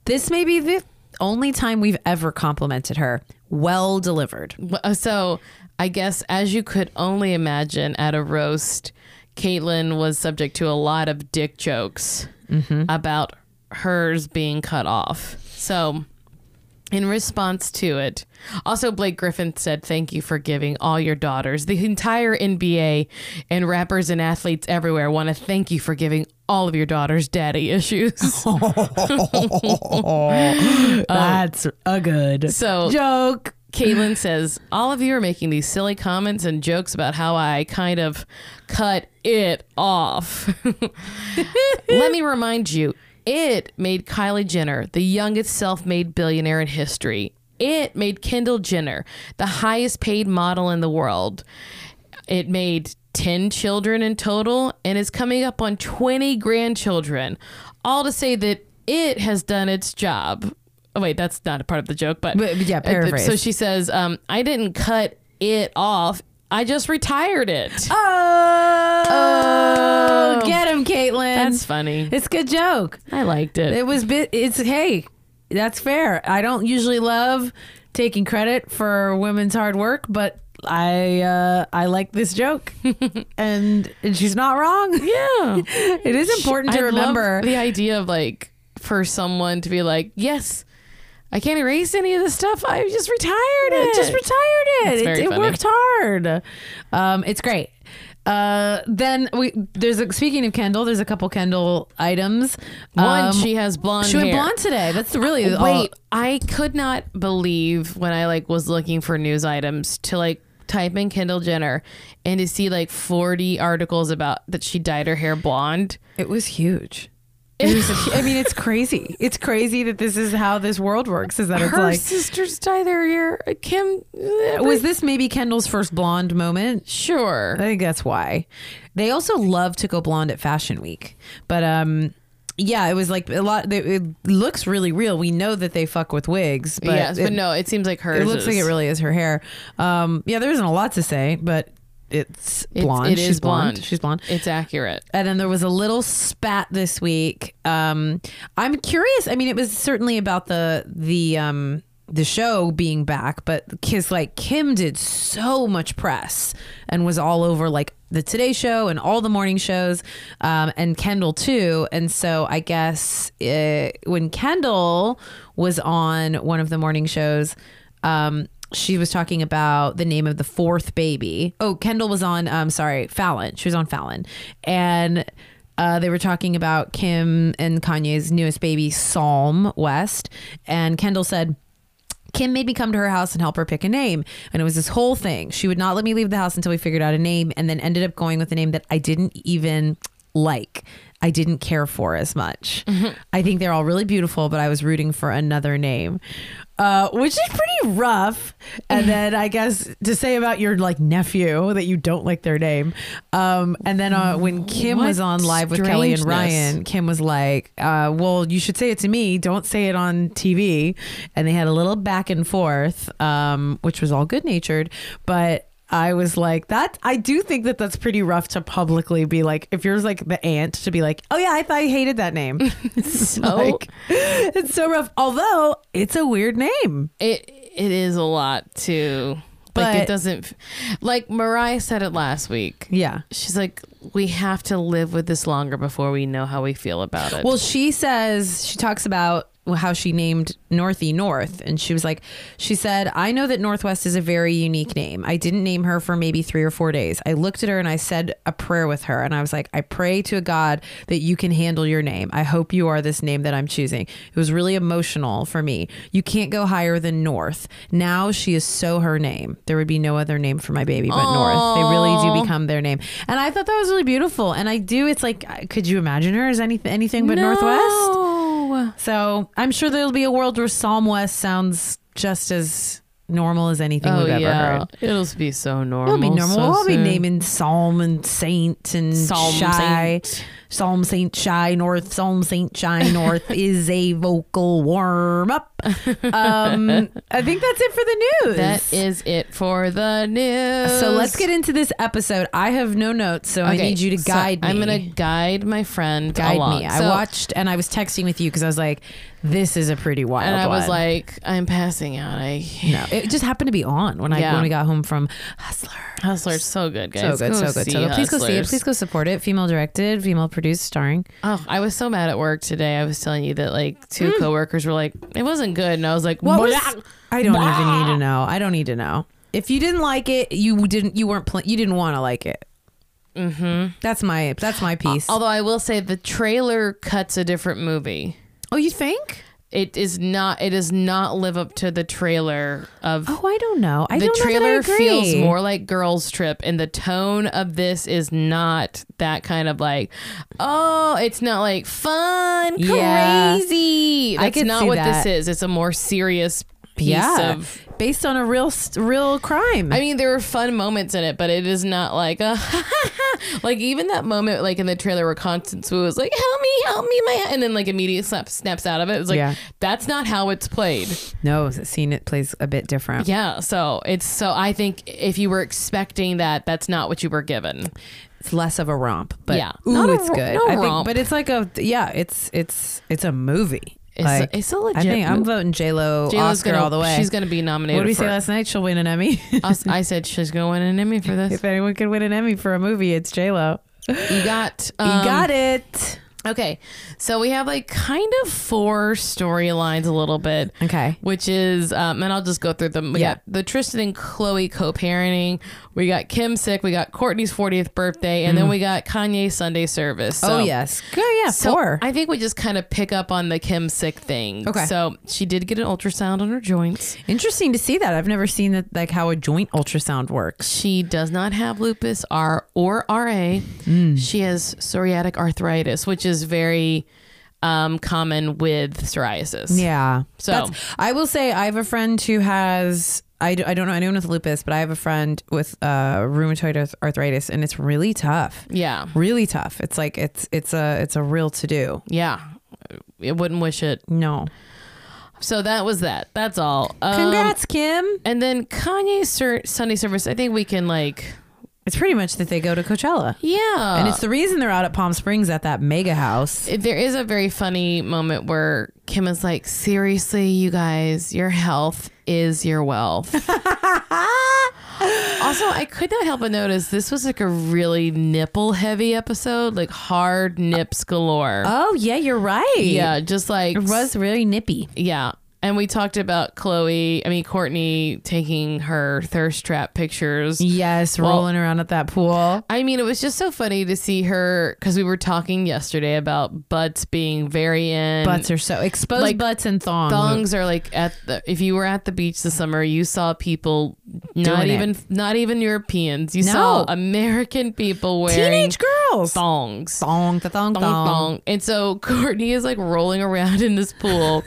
this may be the only time we've ever complimented her. Well delivered. Well, Uh, So I guess as you could only imagine at a roast, Caitlyn was subject to a lot of dick jokes about hers being cut off. So in response to it, also Blake Griffin said, "Thank you for giving all your daughters. The entire NBA and rappers and athletes everywhere want to thank you for giving all of your daughters daddy issues." That's a good So- joke. Caitlin says, All of you are making these silly comments and jokes about how I kind of cut it off. Let me remind you, it made Kylie Jenner the youngest self made billionaire in history. It made Kendall Jenner the highest paid model in the world. It made 10 children in total and is coming up on 20 grandchildren. All to say that it has done its job. Oh, wait, that's not a part of the joke, but But, yeah, paraphrase. so she says, um, I didn't cut it off. I just retired it. Oh, get him, Caitlin. That's funny. It's a good joke. I liked it. It was bit. It's hey, that's fair. I don't usually love taking credit for women's hard work, but I uh, I like this joke, and, and she's not wrong. yeah. It is important to I love remember. the idea of like for someone to be like, yes, I can't erase any of this stuff. I just retired I it. just retired That's it. very It, it funny. worked hard. Um, it's great. Uh, then we there's a, speaking of Kendall, there's a couple Kendall items. One, Um, she has blonde she went hair. blonde Oh. today. That's really all- Wait, I could not believe when I like was looking for news items to like type in Kendall Jenner and to see like 40 articles about that she dyed her hair blonde. It was huge. It was a- I mean, it's crazy. It's crazy that this is how this world works. Is that it's her like sisters dye their Uh, hair. Kim was this maybe Kendall's first blonde moment? I sure. think that's why. They also love to go blonde at Fashion Week, but um, yeah, it was like a lot. It, it looks really real. We know that they fuck with wigs, but yes, it, but no, it seems like hers. it looks like it is. really is her hair. Um, yeah, there isn't a lot to say, but it's It's- blonde. It is She's blonde. blonde. She's blonde. It's accurate. and then there was a little spat this week. Um, I'm curious. I mean, it was certainly about the the um, the show being back, but because like Kim did so much press and was all over like the Today Show and all the morning shows, um, and Kendall too. And so I guess uh when Kendall was on one of the morning shows. Um, she was talking about the name of the fourth baby. Oh, Kendall was on, um, sorry, Fallon. She was on Fallon. And uh, they were talking about Kim and Kanye's newest baby, Psalm West. And Kendall said, Kim made me come to her house and help her pick a name. And it was this whole thing. She would not let me leave the house until we figured out a name and then ended up going with a name that I didn't even like. I didn't care for as much. Mm-hmm. I think they're all really beautiful, but I was rooting for another name, uh, which is pretty rough. And then I guess to say about your like nephew that you don't like their name. Um, and then uh, when Kim was What on live with Kelly and strangeness. Ryan, Kim was like, uh, "Well, you should say it to me. Don't say it on TV." And they had a little back and forth, um, which was all good natured, but. I was like that. I do think that that's pretty rough to publicly be like, if you're like the aunt to be like, oh yeah, I, I hated that name. It's So- like, it's so rough. Although it's a weird name. It it is a lot too. Like But- it doesn't like Mariah said it last week. Yeah. She's like, we have to live with this longer before we know how we feel about it. Well, she says she talks about how she named Northy North, and she was like, she said, "I know that Northwest is a very unique name. I didn't name her for maybe three or four days. I looked at her and I said a prayer with her, and I was like, I pray to God that you can handle your name. I hope you are this name that I'm choosing. It was really emotional for me. You can't go higher than North. Now she is so her name. There would be no other name for my baby but North. They really do Aw. become um, their name, and I thought that was really beautiful. And I do. It's like, uh, could you imagine her as anything anything but Northwest? Northwest. So I'm sure there'll be a world where Psalm West sounds just as normal as anything Oh we've ever yeah, heard. it'll be so normal. It'll be normal. so we'll be soon. naming Psalm and Saint and Psalm Shy. Saint. Psalm Saint Shy North. Psalm Saint Shy North is a vocal warm up. Um, I think that's it for the news. That is it for the news. so let's get into this episode. I have no notes, so I Okay, need you to so guide me. I'm gonna guide my friend. guide along. me. So- I watched and I was texting with you because I was like, "This is a pretty wild." and I was one. like, I'm passing out. I No, it just happened to be on when I Yeah. when we got home from Hustler. Hustler's so good, So guys. good, Go so good, see so good. Please go see it. Hustlers. Please go support it. Female directed, female produced, starring. Oh, I was so mad at work today. I was telling you that like two coworkers were like, it wasn't good, and I was like, Mm. What was- "Blah." I don't even need to know. I don't need to know. If you didn't like it, you didn't. You weren't. Pl- you didn't want to like it. Mm-hmm. That's my. That's my piece. Although I will say the trailer cuts a different movie. oh, you think? It is not. It does not live up to the trailer of. Oh, I don't know. I the don't trailer know that I agree. feels more like Girls Trip, and the tone of this is not that kind of like, oh, it's not like fun, Yeah. crazy. I That's could not see what that. this is. It's a more serious piece yeah, of based on a real s- real crime. I mean, there were fun moments in it, but it is not like a like even that moment like in the trailer where Constance Wu was like, "Help me, help me, my," and then like immediately slap, snaps out of it. It's like Yeah. that's not how it's played. no, scene it plays a bit different. Yeah, so it's so I think if you were expecting that, that's not what you were given. it's less of a romp, but Yeah. ooh, Not a it's ro- good. no I think, romp. but it's like a yeah, it's it's it's a movie. It's like, a, it's a I legit. think I'm movie. voting J Lo J-Lo's Oscar gonna- all the way. She's gonna be nominated. what did we for, say last night? She'll win an Emmy. I s- I said she's gonna win an Emmy for this. if anyone could win an Emmy for a movie, it's J Lo. You got. you um, got it. Okay, so we have like kind of four storylines a little bit. Okay. which is um, and I'll just go through them. We Yeah. got the Tristan and Chloe co-parenting. We got Kim sick. We got Courtney's 40th birthday, and then we got Kanye's Sunday service. So, Mm. oh yes. Oh yeah. So four. I think we just kind of pick up on the Kim sick thing. Okay. So she did get an ultrasound on her joints. Interesting to see that. I've never seen that like how a joint ultrasound works. She does not have lupus R or RA. Hmm. She has psoriatic arthritis, which is very um, common with psoriasis. Yeah. So- That's, I will say I have a friend who has. I, d- I don't know anyone with lupus, but I have a friend with uh, rheumatoid arth- arthritis, and it's really tough. Yeah. really tough. It's like it's it's a it's a real to do. Yeah. I wouldn't wish it. No. So that was that. That's all. Um, Congrats, Kim. And then Kanye's sur- Sunday service, I think we can like, It's pretty much that they go to Coachella. yeah. and it's the reason they're out at Palm Springs at that mega house. there is a very funny moment where Kim is like, seriously, you guys, your health is your wealth. also, I could not help but notice this was like a really nipple heavy episode, like hard nips galore. Oh yeah, you're right. yeah, just like It was really nippy. Yeah. And we talked about Chloe, I mean, Courtney taking her thirst trap pictures. Yes, rolling around at that pool. I mean, it was just so funny to see her because we were talking yesterday about butts being very in. Butts are so exposed. Like, butts and thongs. Thongs are like at the, if you were at the beach this summer, you saw people not doing it. even not even Europeans. You No. saw American people wearing Teenage girls. thongs. Thong, the thong, Thong, thong. thong. And so Courtney is like rolling around in this pool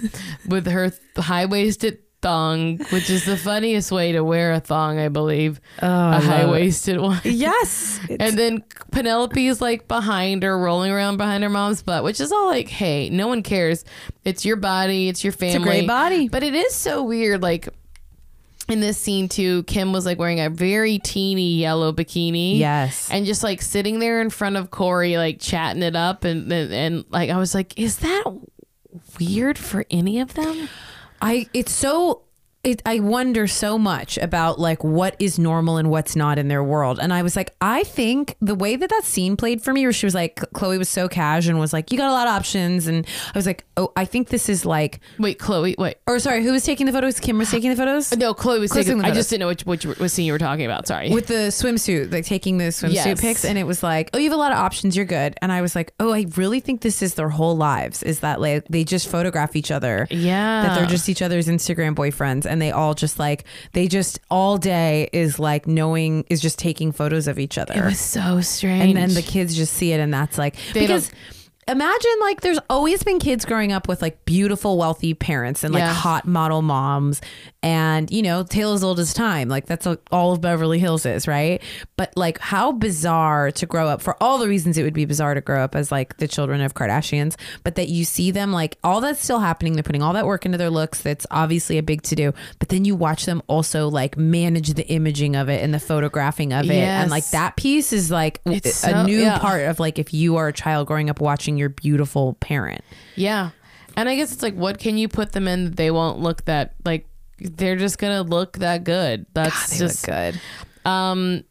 with her th- high waisted thong, which is the funniest way to wear a thong, I believe. Oh, I a love it. high waisted one. Yes. And then Penelope is like behind her, rolling around behind her mom's butt, which is all like, hey, no one cares. It's your body, it's your family. a great body. But it is so weird. Like in this scene, too, Kim was like wearing a very teeny yellow bikini. Yes. And just like sitting there in front of Corey, like chatting it up. And, and, and like, I was like, is that weird for any of them? I it's so it, I wonder so much about like what is normal and what's not in their world. And I was like, I think the way that that scene played for me, where she was like, Chloe was so cash and was like, you got a lot of options, and I was like, oh, I think this is like, Wait, Chloe, wait. or sorry, who was taking the photos? Kim was taking the photos No, Chloe was Chloe's taking. taking the I just photos. didn't know which, which what scene you were talking about. Sorry. with the swimsuit, like taking the swimsuit Yes. pics, and it was like, oh, you have a lot of options, you're good. And I was like, oh, I really think this is their whole lives, is that like they just photograph each other. yeah. that they're just each other's Instagram boyfriends and they all just like they just all day is like knowing is just taking photos of each It other was so strange. and then the kids just see it and that's like They because imagine like there's always been kids growing up with like beautiful wealthy parents and like Yeah. hot model moms and you know tale as old as time like that's like, all of Beverly Hills is right but like how bizarre to grow up for all the reasons it would be bizarre to grow up as like the children of Kardashians but that you see them like all that's still happening they're putting all that work into their looks that's obviously a big to do but then you watch them also like manage the imaging of it and the photographing of it and like Yes. that piece is like w- It's a so- new yeah. part of like if you are a child growing up watching your beautiful parent. yeah, and I guess it's like, what can you put them in? that They won't look that like they're just gonna look that good. That's just Ah, good. um.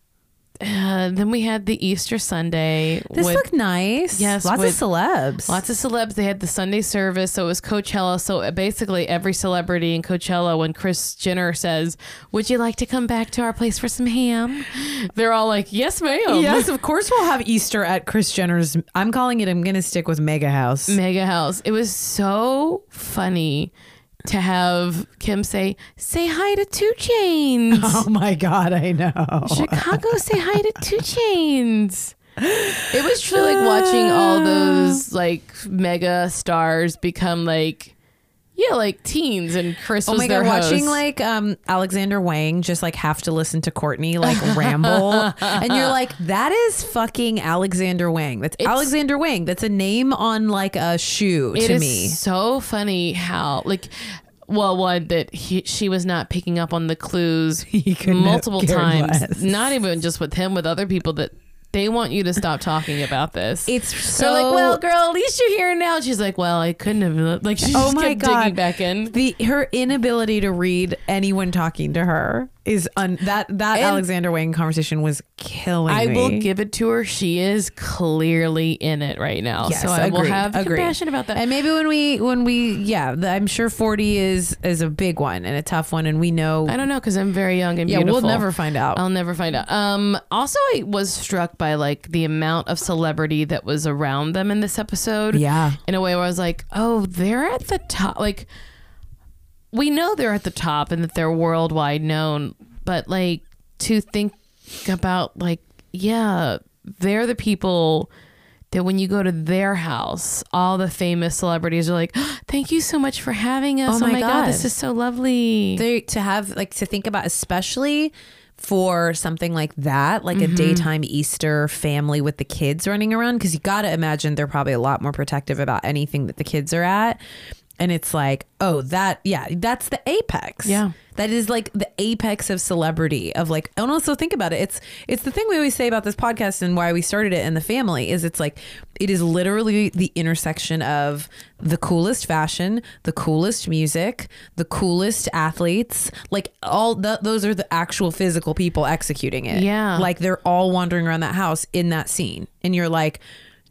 Uh, then we had the Easter Sunday. This with- looked nice. Yes, lots with- of celebs. Lots of celebs. They had the Sunday service, so it was Coachella. So uh, basically, every celebrity in Coachella, when Chris Jenner says, "Would you like to come back to our place for some ham?" They're all like, "Yes, ma'am." yes, of course we'll have Easter at Chris Jenner's. I'm calling it. I'm gonna stick with Mega House. Mega House. It was so funny to have Kim say, "Say hi to Two Chains." Oh my god, I know. Chicago, say hi to Two Chains. It was true, like watching all those like mega stars become like, yeah, like teens, and Chris Oh was my their god, watching host. like um, Alexander Wang just like have to listen to Courtney like ramble, and you're like, that is fucking Alexander Wang. That's Alexander Wang. That's a name on like a shoe It to is me. so funny how like. Well, one that he, she was not picking up on the clues couldn't have multiple cared times. less. Not even just with him, with other people that they want you to stop talking about this. It's so They're like, well, girl, at least you're here now. And she's like, well, I couldn't have. Like, she oh just my kept god digging back in. the her inability to read anyone talking to her is un, that that And- alexander wang conversation was killing I me. will give it to her. She is clearly in it right now. Yes, so I will agreed, have agreed. compassion about that. and maybe when we when we yeah the, i'm sure 40 is is a big one and a tough one and we know I don't know because I'm very young and yeah beautiful. we'll never find out I'll never find out. Um, also, I was struck by like the amount of celebrity that was around them in this episode. yeah in a way where I was like, oh, they're at the top. Like, we know they're at the top and that they're worldwide known, but like to think about, like, yeah, they're the people that when you go to their house, all the famous celebrities are like, thank you so much for having us. Oh Oh, my my God. God. this is so lovely. they to have like to think about especially for something like that like a daytime easter family with the kids running around because you gotta imagine they're probably a lot more protective about anything that the kids are at and it's like oh that yeah that's the apex Yeah. that is like the apex of celebrity of like and also think about it it's it's the thing we always say about this podcast and why we started it in the family is it's like it is literally the intersection of the coolest fashion the coolest music the coolest athletes like all th- those are the actual physical people executing it Yeah. like they're all wandering around that house in that scene and you're like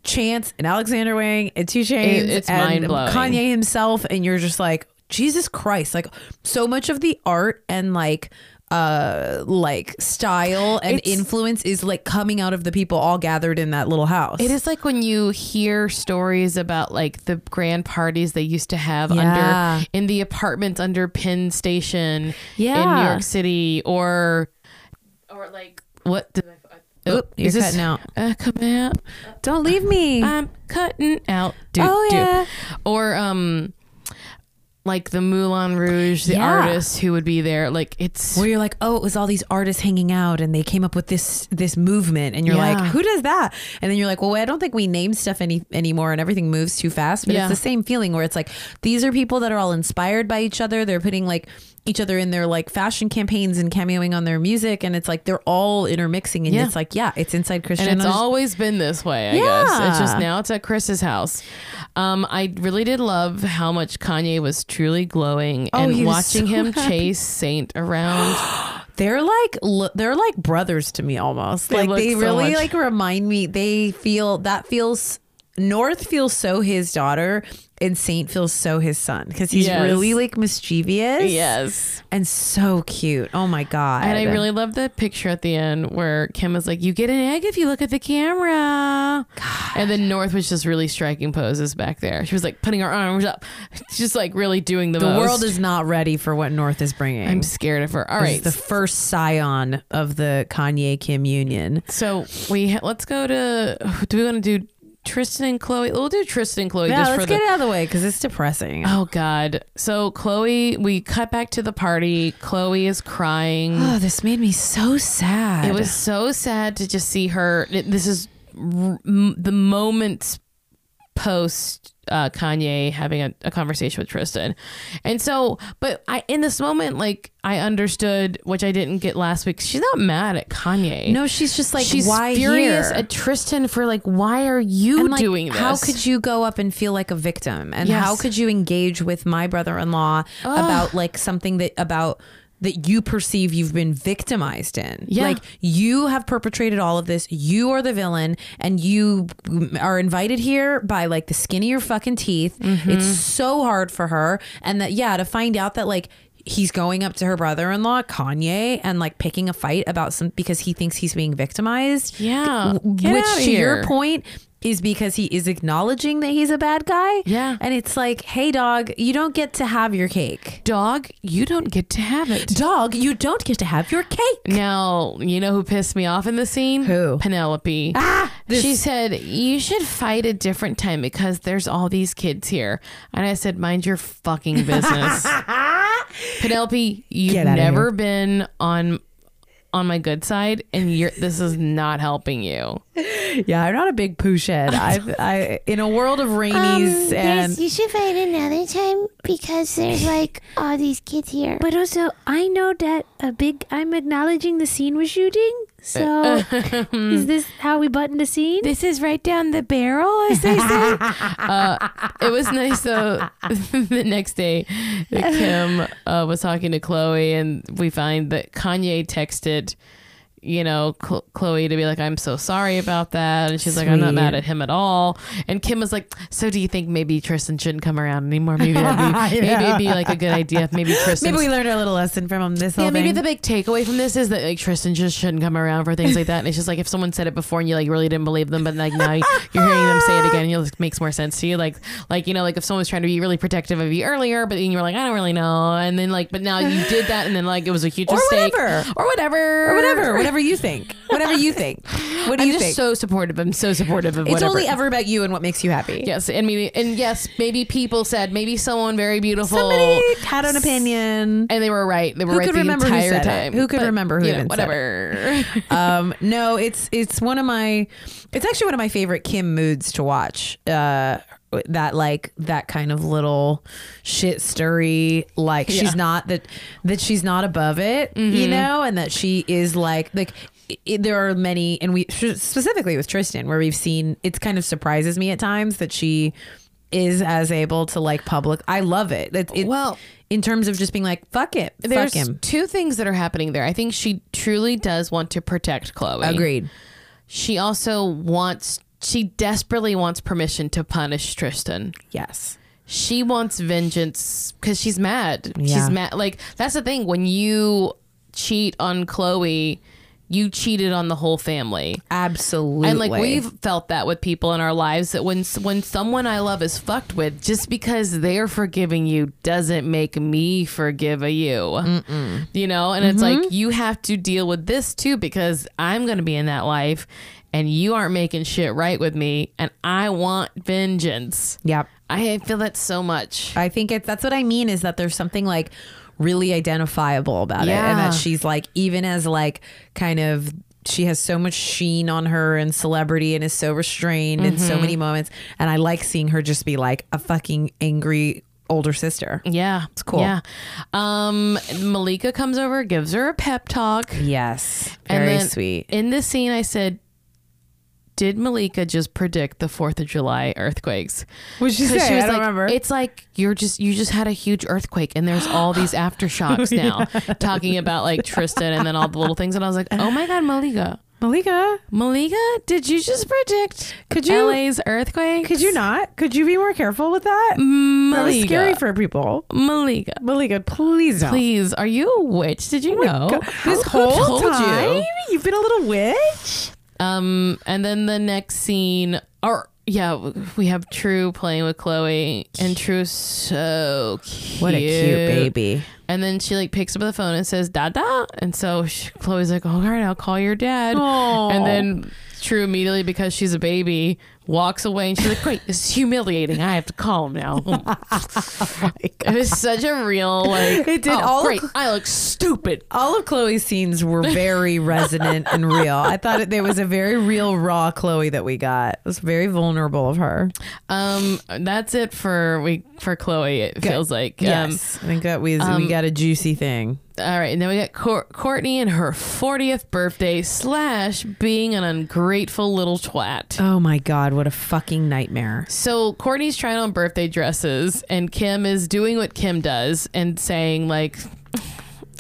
Chance and Alexander Wang and Two Chainz It- it's and mind-blowing. Kanye Kanye himself and you're just like Jesus Christ like so much of the art and like uh like style and It's- influence is like coming out of the people all gathered in that little house. It is like when you hear stories about like the grand parties they used to have Yeah. under in the apartments under Penn Station in Yeah. New York City or or like what did I oh, Oop, you're cutting out. Uh, coming out. Don't leave me. I'm cutting out. Do, Oh, do. yeah. Or um like the Moulin Rouge, the Yeah. artist who would be there. Like it's where you're like, oh, it was all these artists hanging out, and they came up with this this movement, and you're like, Yeah. who does that? And then you're like, well, I don't think we name stuff any anymore, and everything moves too fast. But Yeah. it's the same feeling where it's like these are people that are all inspired by each other. They're putting like each other in their like fashion campaigns and cameoing on their music, and it's like they're all intermixing, and Yeah. it's like, yeah, it's inside Christian. And it's Unders- always been this way, I guess. It's just Yeah. now it's at Chris's house. Um, I really did love how much Kanye was truly glowing Oh, he and was watching so him happy. chase Saint around. they're like l- they're like brothers to me almost. They like look they so really much- like remind me. They feel that feels North feels so his daughter and Saint feels so his son because he's Yes. really like mischievous. yes. and so cute. Oh my god! And I really love the picture at the end where Kim was like, You get an egg if you look at the camera. And then North was just really striking poses back there. She was like putting her arms up, just like really doing the, the most. world is not ready for what North is bringing. I'm scared of her. All This right. is the first scion of the Kanye Kim union. So we ha- let's go to. Do we want to do Tristan and Chloe? We'll do Tristan and Chloe Yeah, just let's for get the. it out of the way because it's depressing. Oh God! So Chloe, we cut back to the party. Chloe is crying. Oh, this made me so sad. it was so sad to just see her. it- This is r- m- the moments post uh, Kanye having a, a conversation with Tristan, and so. But I in this moment, like I understood, which I didn't get last week. She's not mad at Kanye. no, she's just like she's why furious here? at Tristan for like, why are you And, like, doing this? How could you go up and feel like a victim? And Yes. how could you engage with my brother-in-law about like something that about that you perceive you've been victimized in? Yeah. Like you have perpetrated all of this. You are the villain, and you are invited here by like the skin of your fucking teeth. Mm-hmm. It's so hard for her, and that yeah, to find out that like. He's going up to her brother-in-law Kanye and like picking a fight about some because he thinks he's being victimized Yeah. w- Get which outta to your here. point is because he is acknowledging that he's a bad guy. Yeah. And it's like, hey, dog, you don't get to have your cake. dog? You don't get to have it. Dog, you don't get to have your cake. Now you know who pissed me off in the scene. Who? Penelope. Ah, this- she said you should fight a different time because there's all these kids here, and I said, mind your fucking business. Penelope, you've Get outta never been on on my good side, and you're this is not helping you. Yeah, I'm not a big poo shed. I, I, in a world of rainies Um, there's- you should find another time because there's like all these kids here. But also, I know that a big. I'm acknowledging the scene we're shooting. So, is this how we button the scene? This is right down the barrel, as they say. uh, it was nice though. the next day, that Kim uh, was talking to Chloe, and we find that Kanye texted, you know, Cl- Chloe to be like, "I'm so sorry about that," and she's like, "I'm not Sweet. mad at him at all." And Kim was like, "So do you think maybe Tristan shouldn't come around anymore? Maybe that'd be, maybe it'd be like a good idea. if Maybe Tristan." Maybe we learned our little lesson from um, this whole yeah, maybe thing. the big takeaway from this is that like Tristan just shouldn't come around for things like that. And it's just like if someone said it before and you like really didn't believe them, but like now you're hearing them say it again, and it like, makes more sense to you. Like like you know like if someone was trying to be really protective of you earlier, but then you were like I don't really know, and then like but now you did that, and then like it was a huge Or mistake whatever. or whatever or whatever, whatever you think. Whatever you think. What do I'm you just think? so supportive. I'm so supportive of it's whatever. only ever about you and what makes you happy. yes, and maybe and yes, maybe people said maybe someone very beautiful Somebody had an opinion. And they were right. They were Who right could the remember who entire said it? time. Who could remember who you know, even said it? whatever. um, no, it's it's one of my it's actually one of my favorite Kim moods to watch. Uh, that like that kind of little shit stirry like she's not that that she's not above it you Mm-hmm. know and that she is like like i there are many and we specifically with tristan where we've seen it's kind of surprises me at times that she is as able to like public i love it, it, it Well- in terms of just being like fuck it fuck There's him two things that are happening there. I think she truly does want to protect Chloe. agreed She also wants she desperately wants permission to punish Tristan. yes She wants vengeance cuz she's mad. Yeah. She's mad like that's the thing when you cheat on Chloe, you cheated on the whole family. Absolutely. And like we've felt that with people in our lives that when when someone I love is fucked with, just because they're forgiving you doesn't make me forgive you. You know, and it's like you have to deal with this too because I'm going to be in that life, and you aren't making shit right with me, and I want vengeance. Yep. I feel that so much. I think it's that's what I mean is that there's something like really identifiable about it, and Yeah. that she's like even as like kind of she has so much sheen on her and celebrity and is so restrained in Mm-hmm. so many moments, and I like seeing her just be like a fucking angry older sister. Yeah, it's cool. Yeah, um, Malika comes over, gives her a pep talk. Yes, And very then sweet. In this scene, I said, "Did Malika just predict the Fourth of July earthquakes?" What'd she 'Cause say? I don't like, remember. It's like you're just you just had a huge earthquake, and there's all these aftershocks now. Talking about like Tristan and then all the little things, and I was like, "Oh my god, Malika, Malika, Malika, did you just predict Could you- LA's earthquake? not? Could you be more careful with that? Malika, for people. Malika." Malika, please don't. Please, are you a witch? Did you Oh know? This Who whole told you? time, you? have been a little witch. Um, and then the next scene, or yeah, we have True playing with Chloe, and True's so cute. What a cute baby. And then she like picks up the phone and says "Dada," and so she, Chloe's like, "All right, I'll call your dad." Aw. And then True immediately, because she's a baby, walks away, and she's like, "Great, this is humiliating. I have to call him now." Oh It was such a real like. It did "Oh, all- great. I look stupid. all of Chloe's scenes were very resonant and real. I thought it, there was a very real, raw Chloe that we got. It was very vulnerable of her. Um, that's it for we for Chloe. It feels like um, yes, I think that we we got a juicy thing. All right, and then we got Cour- Courtney and her 40th birthday slash being an ungrateful little twat. Oh my god, what a fucking nightmare! So Courtney's trying on birthday dresses, and Kim is doing what Kim does and saying like,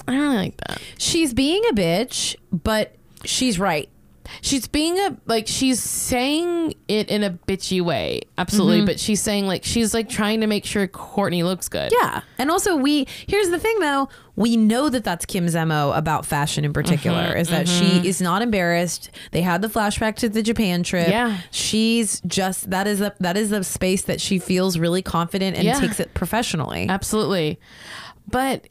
"I don't really like that." She's being a bitch, but she's right. She's being a like she's saying it in a bitchy way, absolutely. But she's saying like she's like trying to make sure Courtney looks good. Yeah, and also we here's the thing though we know that that's Kim's mo about fashion in particular Mm-hmm. is that she is not embarrassed. They had the flashback to the Japan trip. Yeah. she's just that is the that is the space that she feels really confident and Yeah. takes it professionally. Absolutely. But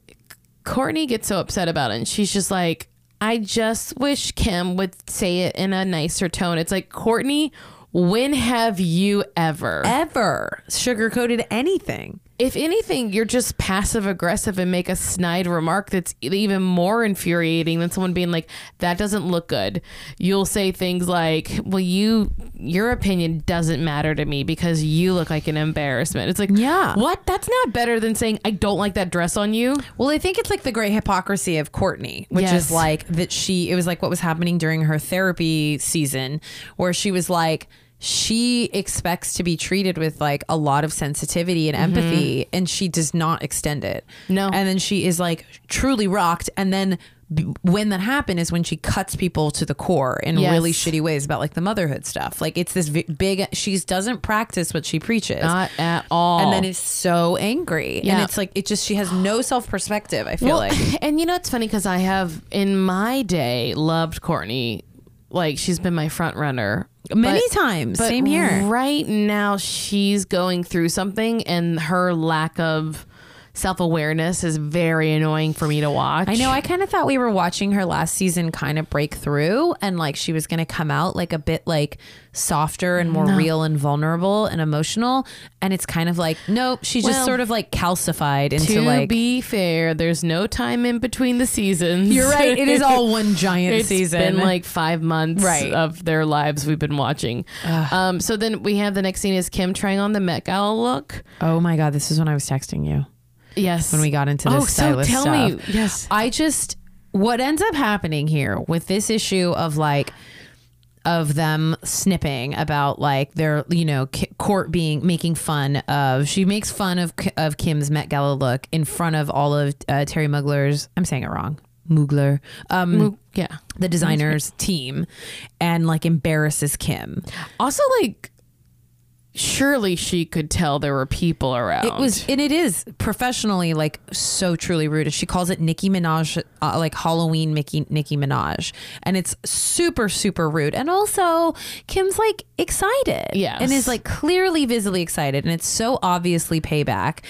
Courtney gets so upset about it and she's just like, I just wish Kim would say it in a nicer tone. It's like, Courtney, when have you ever? ever sugarcoated anything. If anything, you're just passive aggressive and make a snide remark that's even more infuriating than someone being like, that doesn't look good. You'll say things like, well, you, your opinion doesn't matter to me because you look like an embarrassment. It's like, Yeah. what? That's not better than saying, I don't like that dress on you. Well, I think it's like the great hypocrisy of Courtney, which is Yes. like that she, it was like what was happening during her therapy season, where she was like, she expects to be treated with like a lot of sensitivity and empathy, and she does not extend it. Mm-hmm. No. And then she is like truly rocked. And then b- when that happened is when she cuts people to the core in Yes. really shitty ways about like the motherhood stuff. Like it's this v- big, she doesn't practice what she preaches. Not at all. and then is so angry and Yeah. it's like it just she has no self-perspective i feel like and you know it's funny because I have in my day loved Courtney, like she's been my front runner many But- times but same here Right now she's going through something, and her lack of self awareness is very annoying for me to watch. i know i kind of thought we were watching her last season kind of break through and like she was gonna come out like a bit like softer and more real and vulnerable and emotional and it's kind of like nope she just Well, sort of like calcified into to like be fair, there's no time in between the seasons. you're right it is all one giant It's season been like five months Right. of their lives we've been watching. Um, so then we have the next scene is Kim trying on the Met Gala look. oh my god this is when i was texting you Yes. when we got into this Oh, so stylist tell me. stuff. Yes. I just what ends up happening here with this issue of like of them snipping about like their you know Ki- court being making fun of she makes fun of Ki- of Kim's Met Gala look in front of all of uh, Terry Mugler's I'm saying it wrong Mugler um yeah. the designer's team and like embarrasses Kim Also, like, surely she could tell there were people around. It was, and it is professionally like so truly rude. She calls it Nicki Minaj, uh, like Halloween Mickey Nicki Minaj, and it's super super rude. And also, Kim's like excited, Yes. and is like clearly visibly excited, and it's so obviously payback.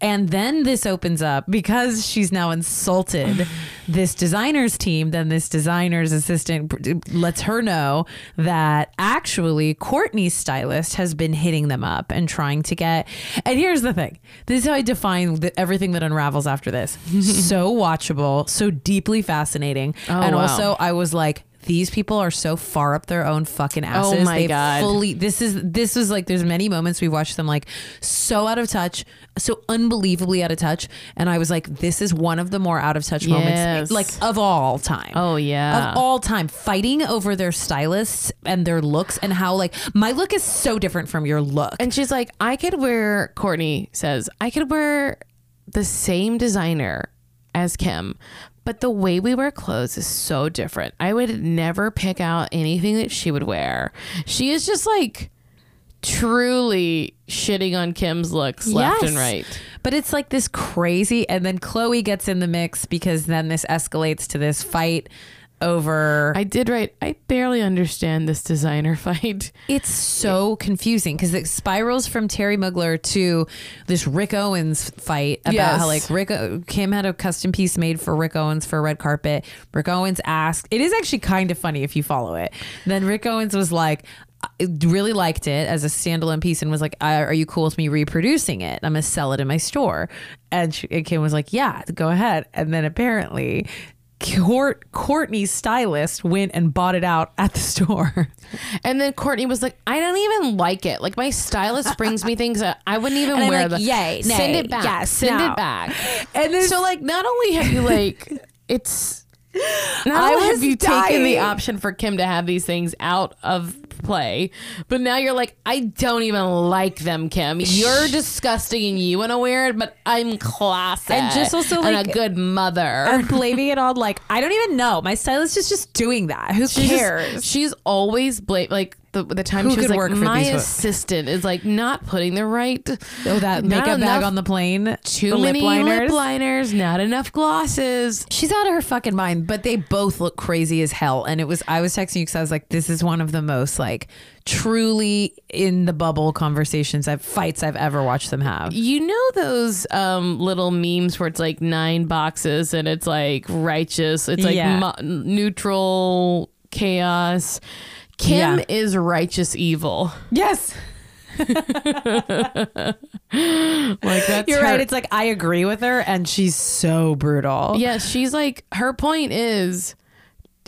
And then this opens up because she's now insulted this designer's team. Then this designer's assistant pr- lets her know that actually Courtney's stylist has been hitting them up and trying to get. And here's the thing this is how I define the, everything that unravels after this. so watchable, so deeply fascinating. Oh, and wow. also, I was like, these people are so far up their own fucking asses. Oh my They've God. fully- this is this was like there's many moments we watched them like so out of touch, so unbelievably out of touch. And I was like, this is one of the more out of touch moments Yes. like of all time. Oh, yeah. Of all time. Fighting over their stylists and their looks and how like my look is so different from your look. And she's like, I could wear, Courtney says, I could wear the same designer as Kim, but the way we wear clothes is so different. I would never pick out anything that she would wear. She is just like truly shitting on Kim's looks left and Yes. right. But it's like this crazy and then Chloe gets in the mix because then this escalates to this fight over I did write, I barely understand this designer fight. It's so confusing because it spirals from Terry Mugler to this Rick Owens fight about Yes. how like Rick Kim had a custom piece made for Rick Owens for a red carpet. Rick Owens asked. It is actually kind of funny if you follow it. Then Rick Owens was like. I Really liked it as a standalone piece and was like, "Are are you cool with me reproducing it? I'm gonna sell it in my store." And, she, and Kim was like, "Yeah, go ahead." And then apparently, Court, Courtney's stylist went and bought it out at the store. And then Courtney was like, I don't even like it. Like my stylist brings me things that I wouldn't even And I'm wear. like, the- yay, send nay, it back. yes, send no. it back. And then so like not only have you like it's not I only have was you taken the dying. option for Kim to have these things out of play, but now you're like, I don't even like them, Kim. You're disgusting and you wanna wear it, but I'm classic. And just also, and like- a good mother. I'm blaming it on like I don't even know. My stylist is just doing that. Who She just- cares? she's always blame like the, the time Who she was could like work for my these wo- assistant is like not putting the right oh, that not makeup enough- bag on the plane. too the many lip liners. lip liners, not enough glosses. She's out of her fucking mind. But they both look crazy as hell. And it was I was texting you because I was like, this is one of the most like truly in the bubble conversations, I've fights I've ever watched them have. You know those um, little memes where it's like nine boxes and it's like righteous, it's like Yeah. mo- neutral chaos. Kim Yeah. is righteous evil. Yes, Like that's you're her- right. It's like I agree with her, and she's so brutal. yeah, she's like her point is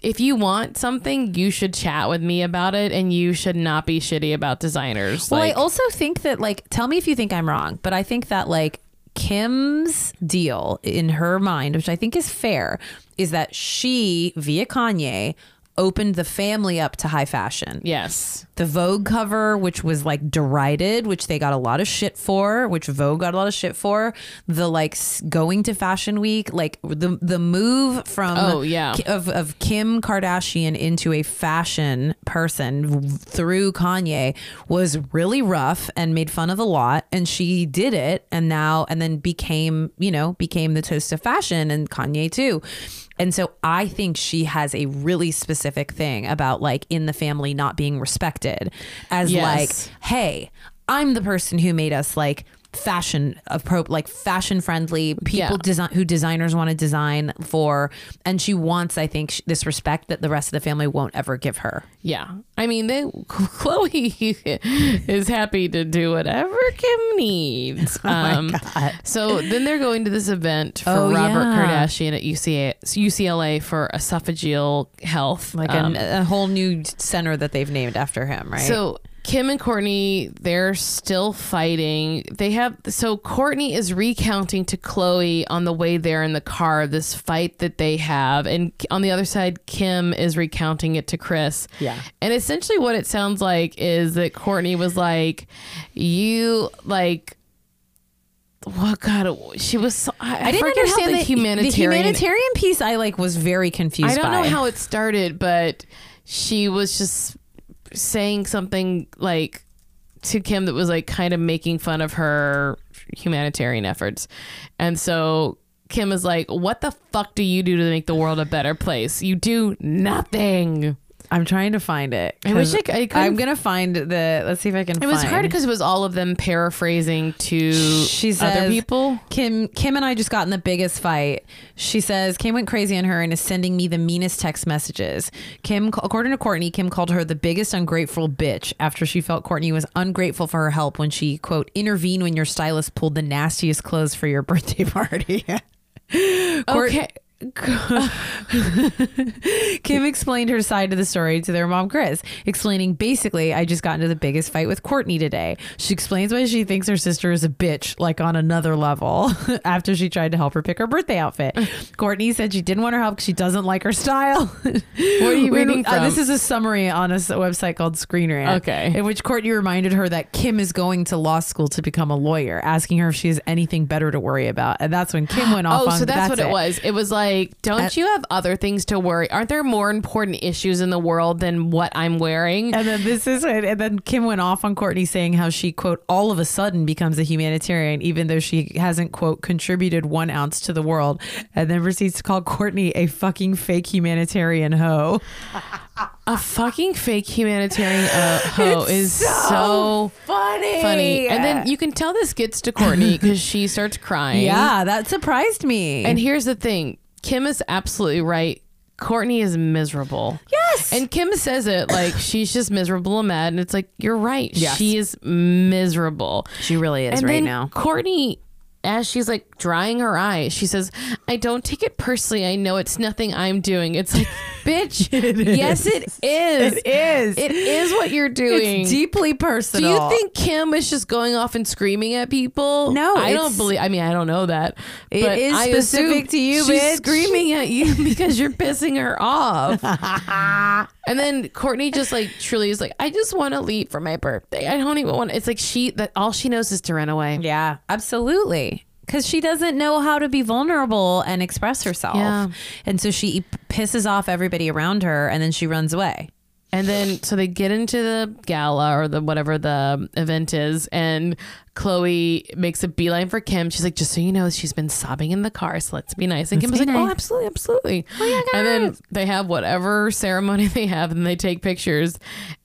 if you want something, you should chat with me about it and you should not be shitty about designers. Well, like, I also think that like tell me if you think I'm wrong, but I think that like Kim's deal in her mind, which I think is fair, is that she via Kanye opened the family up to high fashion. yes. The Vogue cover, which was like derided, which they got a lot of shit for, which Vogue got a lot of shit for. The like s- going to Fashion Week, like the the move from Oh, yeah. Ki- of of Kim Kardashian into a fashion person v- through Kanye was really rough and made fun of a lot and she did it and now and then became, you know, became the toast of fashion and Kanye too. And so I think she has a really specific thing about like in the family not being respected as Yes. like, hey, I'm the person who made us like fashion appro like fashion friendly people Yeah. design who designers want to design for and she wants i think sh- this respect that the rest of the family won't ever give her Yeah. I mean, they, Chloe is happy to do whatever Kim needs. Oh um, So then they're going to this event for Oh, Robert yeah. Kardashian at UCA, UCLA for esophageal health. like Um, an, a whole new center that they've named after him right so Kim and Courtney, they're still fighting. They have so Courtney is recounting to Chloe on the way there in the car this fight that they have, and on the other side, Kim is recounting it to Chris. Yeah. and essentially what it sounds like is that Courtney was like, "You like." What God? She was. So, I, i didn't forget how understand the, humanitarian. the humanitarian piece i like was very confused I don't know by. how it started, but she was just saying something like to Kim that was like kind of making fun of her humanitarian efforts. And so Kim is like, What the fuck do you do to make the world a better place? You do nothing. I'm trying to find it. I wish 'cause I c- I couldn't- I'm gonna find the. Let's see if I can. It was find. hard because it was all of them paraphrasing to She other says- people. Kim Kim and I just got in the biggest fight. She says Kim went crazy on her and is sending me the meanest text messages. Kim, according to Courtney, Kim called her the biggest ungrateful bitch after she felt Courtney was ungrateful for her help when she quote intervened when your stylist pulled the nastiest clothes for your birthday party. Court- Okay. Kim explained her side of the story to their mom, Chris, explaining basically, I just got into the biggest fight with Courtney today. She explains why she thinks her sister is a bitch, like on another level, after she tried to help her pick her birthday outfit. Courtney said she didn't want her help because she doesn't like her style. what are you reading from? this is a summary on a s- website called Screen Rant. Okay. In which Courtney reminded her that Kim is going to law school to become a lawyer, asking her if she has anything better to worry about. And that's when Kim went off Oh, on so that's, what it, was. It was like, don't At- you have other things to worry? Aren't there more important issues in the world than what I'm wearing? And then this is it. And then Kim went off on Courtney saying how she, quote, all of a sudden becomes a humanitarian, even though she hasn't, quote, contributed one ounce to the world. And then proceeds to call Courtney a fucking fake humanitarian hoe. A fucking fake humanitarian uh, hoe is so funny. funny. And then you can tell this gets to Courtney because she starts crying. yeah, that surprised me. And here's the thing Kim is absolutely right. Courtney is miserable. yes. And Kim says it like she's just miserable and mad. And it's like, you're right. Yes. She is miserable. she really is and then Courtney, as she's like drying her eyes, she says, I don't take it personally. I know it's nothing I'm doing. It's like, bitch, yes, it is. It is. It is what you're doing. It's deeply Do personal. you think Kim is just going off and screaming at people? No, I it's- don't believe. I mean, I don't know that. It but is I specific assume to you, She's bitch. screaming at you because you're pissing her off. and then Courtney just like truly is like, I just want to leave for my birthday. I don't even want. It's like she that all she knows is to run away. Yeah, absolutely. Because she doesn't know how to be vulnerable and express herself. Yeah. And so she e, pisses off everybody around her and then she runs away. And then so they get into the gala or the whatever the event is, and Chloe makes a beeline for Kim. She's like, just so you know, she's been sobbing in the car, so let's be nice. And Kim's be like, oh, nice. Oh absolutely, absolutely. and then they have whatever ceremony they have, and they take pictures,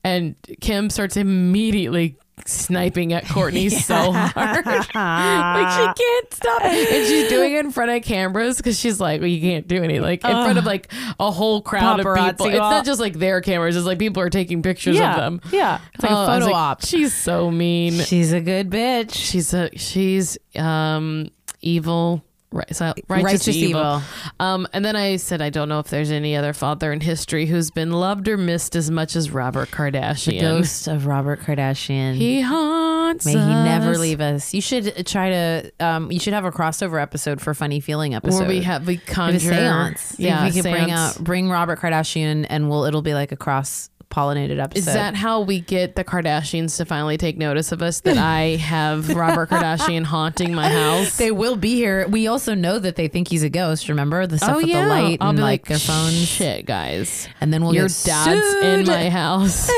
and Kim starts immediately sniping at Courtney so hard. like she can't stop. And she's doing it in front of cameras because she's like, well, you can't do anything. Like in front of like a whole crowd Paparazzi of people. It's all- not just like their cameras, it's like people are taking pictures of them. Yeah. It's like Oh, I a was photo like, op. She's so mean. She's a good bitch. She's a she's um evil. Right, so righteous, Righteous evil. evil. Um, and then I said, I don't know if there's any other father in history who's been loved or missed as much as Robert Kardashian. Ghost of Robert Kardashian. He haunts. May he never us. leave us. You should try to. Um, you should have a crossover episode for funny feeling episode. Where we have we Have conjure a seance. Yeah, we could bring out seance. bring Robert Kardashian and we'll it'll be like a cross pollinated episode. Is that how we get the Kardashians to finally take notice of us? That I have Robert Kardashian haunting my house. They will be here. We also know that they think he's a ghost. Remember the stuff with the light Oh, I'll and be like, their phones, Shit, guys, and then we'll your get dad's sued. Oh, in my house.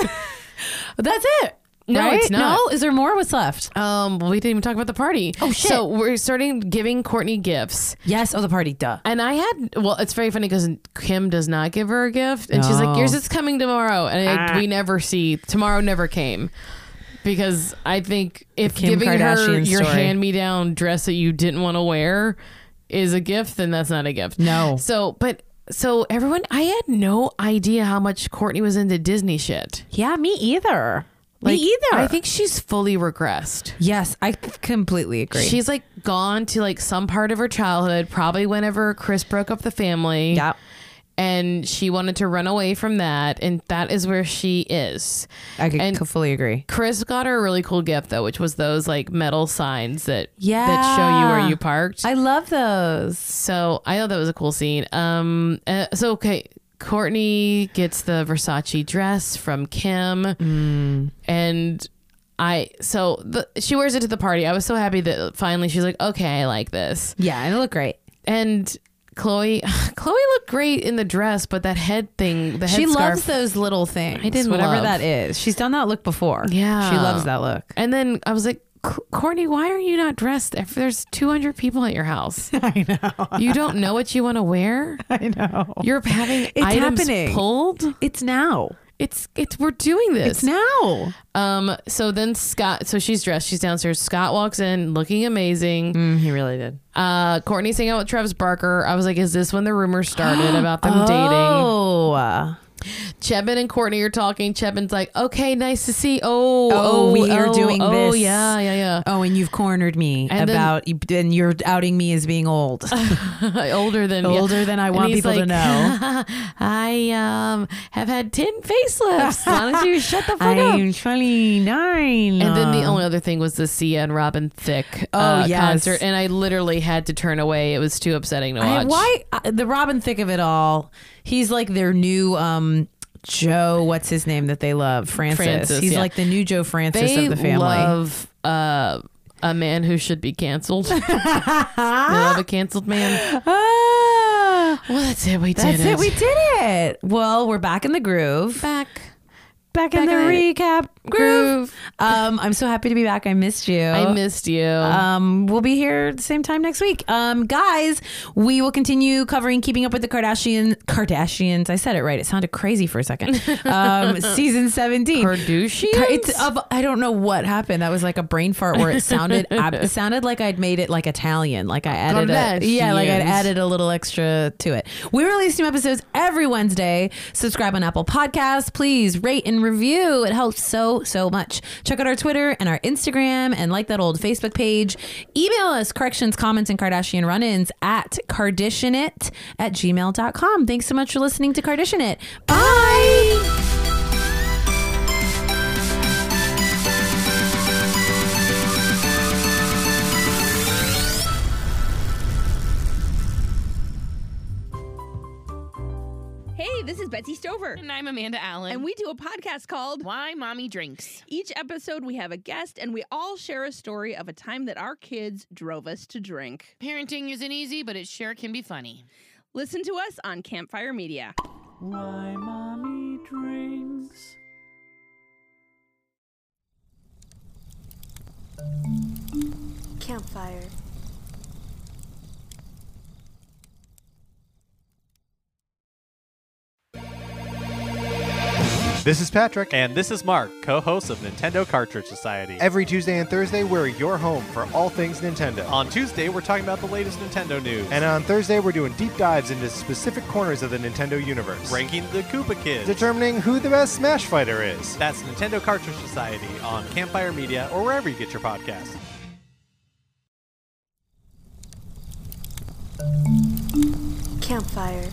That's it. No, right? it's not. No, is there more? What's left? um, we didn't even talk about the party. Oh, shit. So we're starting giving Courtney gifts. Yes. Oh, the party. Duh. And I had well, it's very funny because Kim does not give her a gift, and she's No. like, "Yours is coming tomorrow," and I, we never see tomorrow. Never came because I think if Kim giving her Kardashian your story. hand-me-down dress that you didn't want to wear is a gift, then that's not a gift. No. So, but so everyone, I had no idea how much Courtney was into Disney shit. Yeah, me either. Like, me either. I think she's fully regressed. Yes, I completely agree. She's like gone to like some part of her childhood, probably whenever Chris broke up the family. Yep. And she wanted to run away from that. And that is where she is. I could and fully agree. Chris got her a really cool gift though, which was those like metal signs that that show you Yeah. where you parked. I love those. so I thought that was a cool scene. Um uh, so okay. Courtney gets the Versace dress from Kim. Mm. And I so the, she wears it to the party. I was so happy that finally she's like, okay, I like this Yeah, and it looked great. and Chloe, Chloe looked great in the dress, but that head thing, the head She scarf, loves those little things. I didn't whatever love- that is. She's done that look before. Yeah. she loves that look. And then I was like, "C- Courtney, why are you not dressed? If there's 200 people at your house, I know. you don't know what you want to wear. I know. You're having It's items happening. pulled. It's now. It's it's we're doing It's this. now. um. So then Scott. So she's dressed. She's downstairs. Scott walks in, looking amazing. Mm, he really did. Uh, Courtney's hanging out with Travis Barker. I was like, is this when the rumor started about them dating? Oh. uh, Chebin and Courtney are talking. Chebin's like, okay, nice to see. Oh, Oh, oh, we are oh, doing oh, this. yeah, yeah, yeah. Oh, and you've cornered me And then- about, and you're outing me as being old, older than older than I And want he's people to like, know. I um have had ten facelifts. Why don't you shut the fuck up? I'm 29. And then the only other thing was the Sia and Robin Thicke Oh, uh, yes. concert, and I literally had to turn away. It was too upsetting to watch. I, why uh, the Robin Thicke of it all? He's like their new um Joe. What's his name that they love? Francis. Francis, He's yeah. like the new Joe Francis They of the family. love uh, a man who should be canceled. they love a canceled man. ah, Well, that's it. We did that's it. it. We did it. Well, we're back in the groove. back. Back, in in the the recap groove. Um, I'm so happy to be back. I missed you. I missed you. Um, we'll be here the same time next week. Um, guys, we will continue covering Keeping Up with the Kardashian Kardashians. I said it right. It sounded crazy for a second. Um, season 17. Kardashians? Ka- It's of, I don't know what happened. That was like a brain fart where it sounded ab- it sounded like I'd made it like Italian. Like I added a, yeah, like I'd Kardashians. added a little extra to it. We release new episodes every Wednesday. Subscribe on Apple Podcasts. Please rate and review. It helps so so much. Check out our Twitter and our Instagram and like that old Facebook page. Email us corrections, comments, and Kardashian run-ins at carditionit at gmail.com. Thanks so much for listening to Cardition It. Bye. Hey, this is Betsy Stover. And I'm Amanda Allen. And we do a podcast called Why Mommy Drinks. Each Episode We Have a Guest, and we all share a story of a time that our kids drove us to drink. Parenting isn't easy, but it sure can be funny. Listen to us on Campfire Media. Why mommy drinks. Campfire. This is Patrick. And this is Mark, co host of Nintendo Cartridge Society. Every Tuesday and Thursday, we're your home for all things Nintendo. on Tuesday, we're talking about the latest Nintendo news And uh, on Thursday, we're doing deep dives into specific corners of the Nintendo universe, ranking the Koopa Kids. determining who the best Smash Fighter is. That's Nintendo Cartridge Society on Campfire Media or wherever you get your podcasts. Campfire.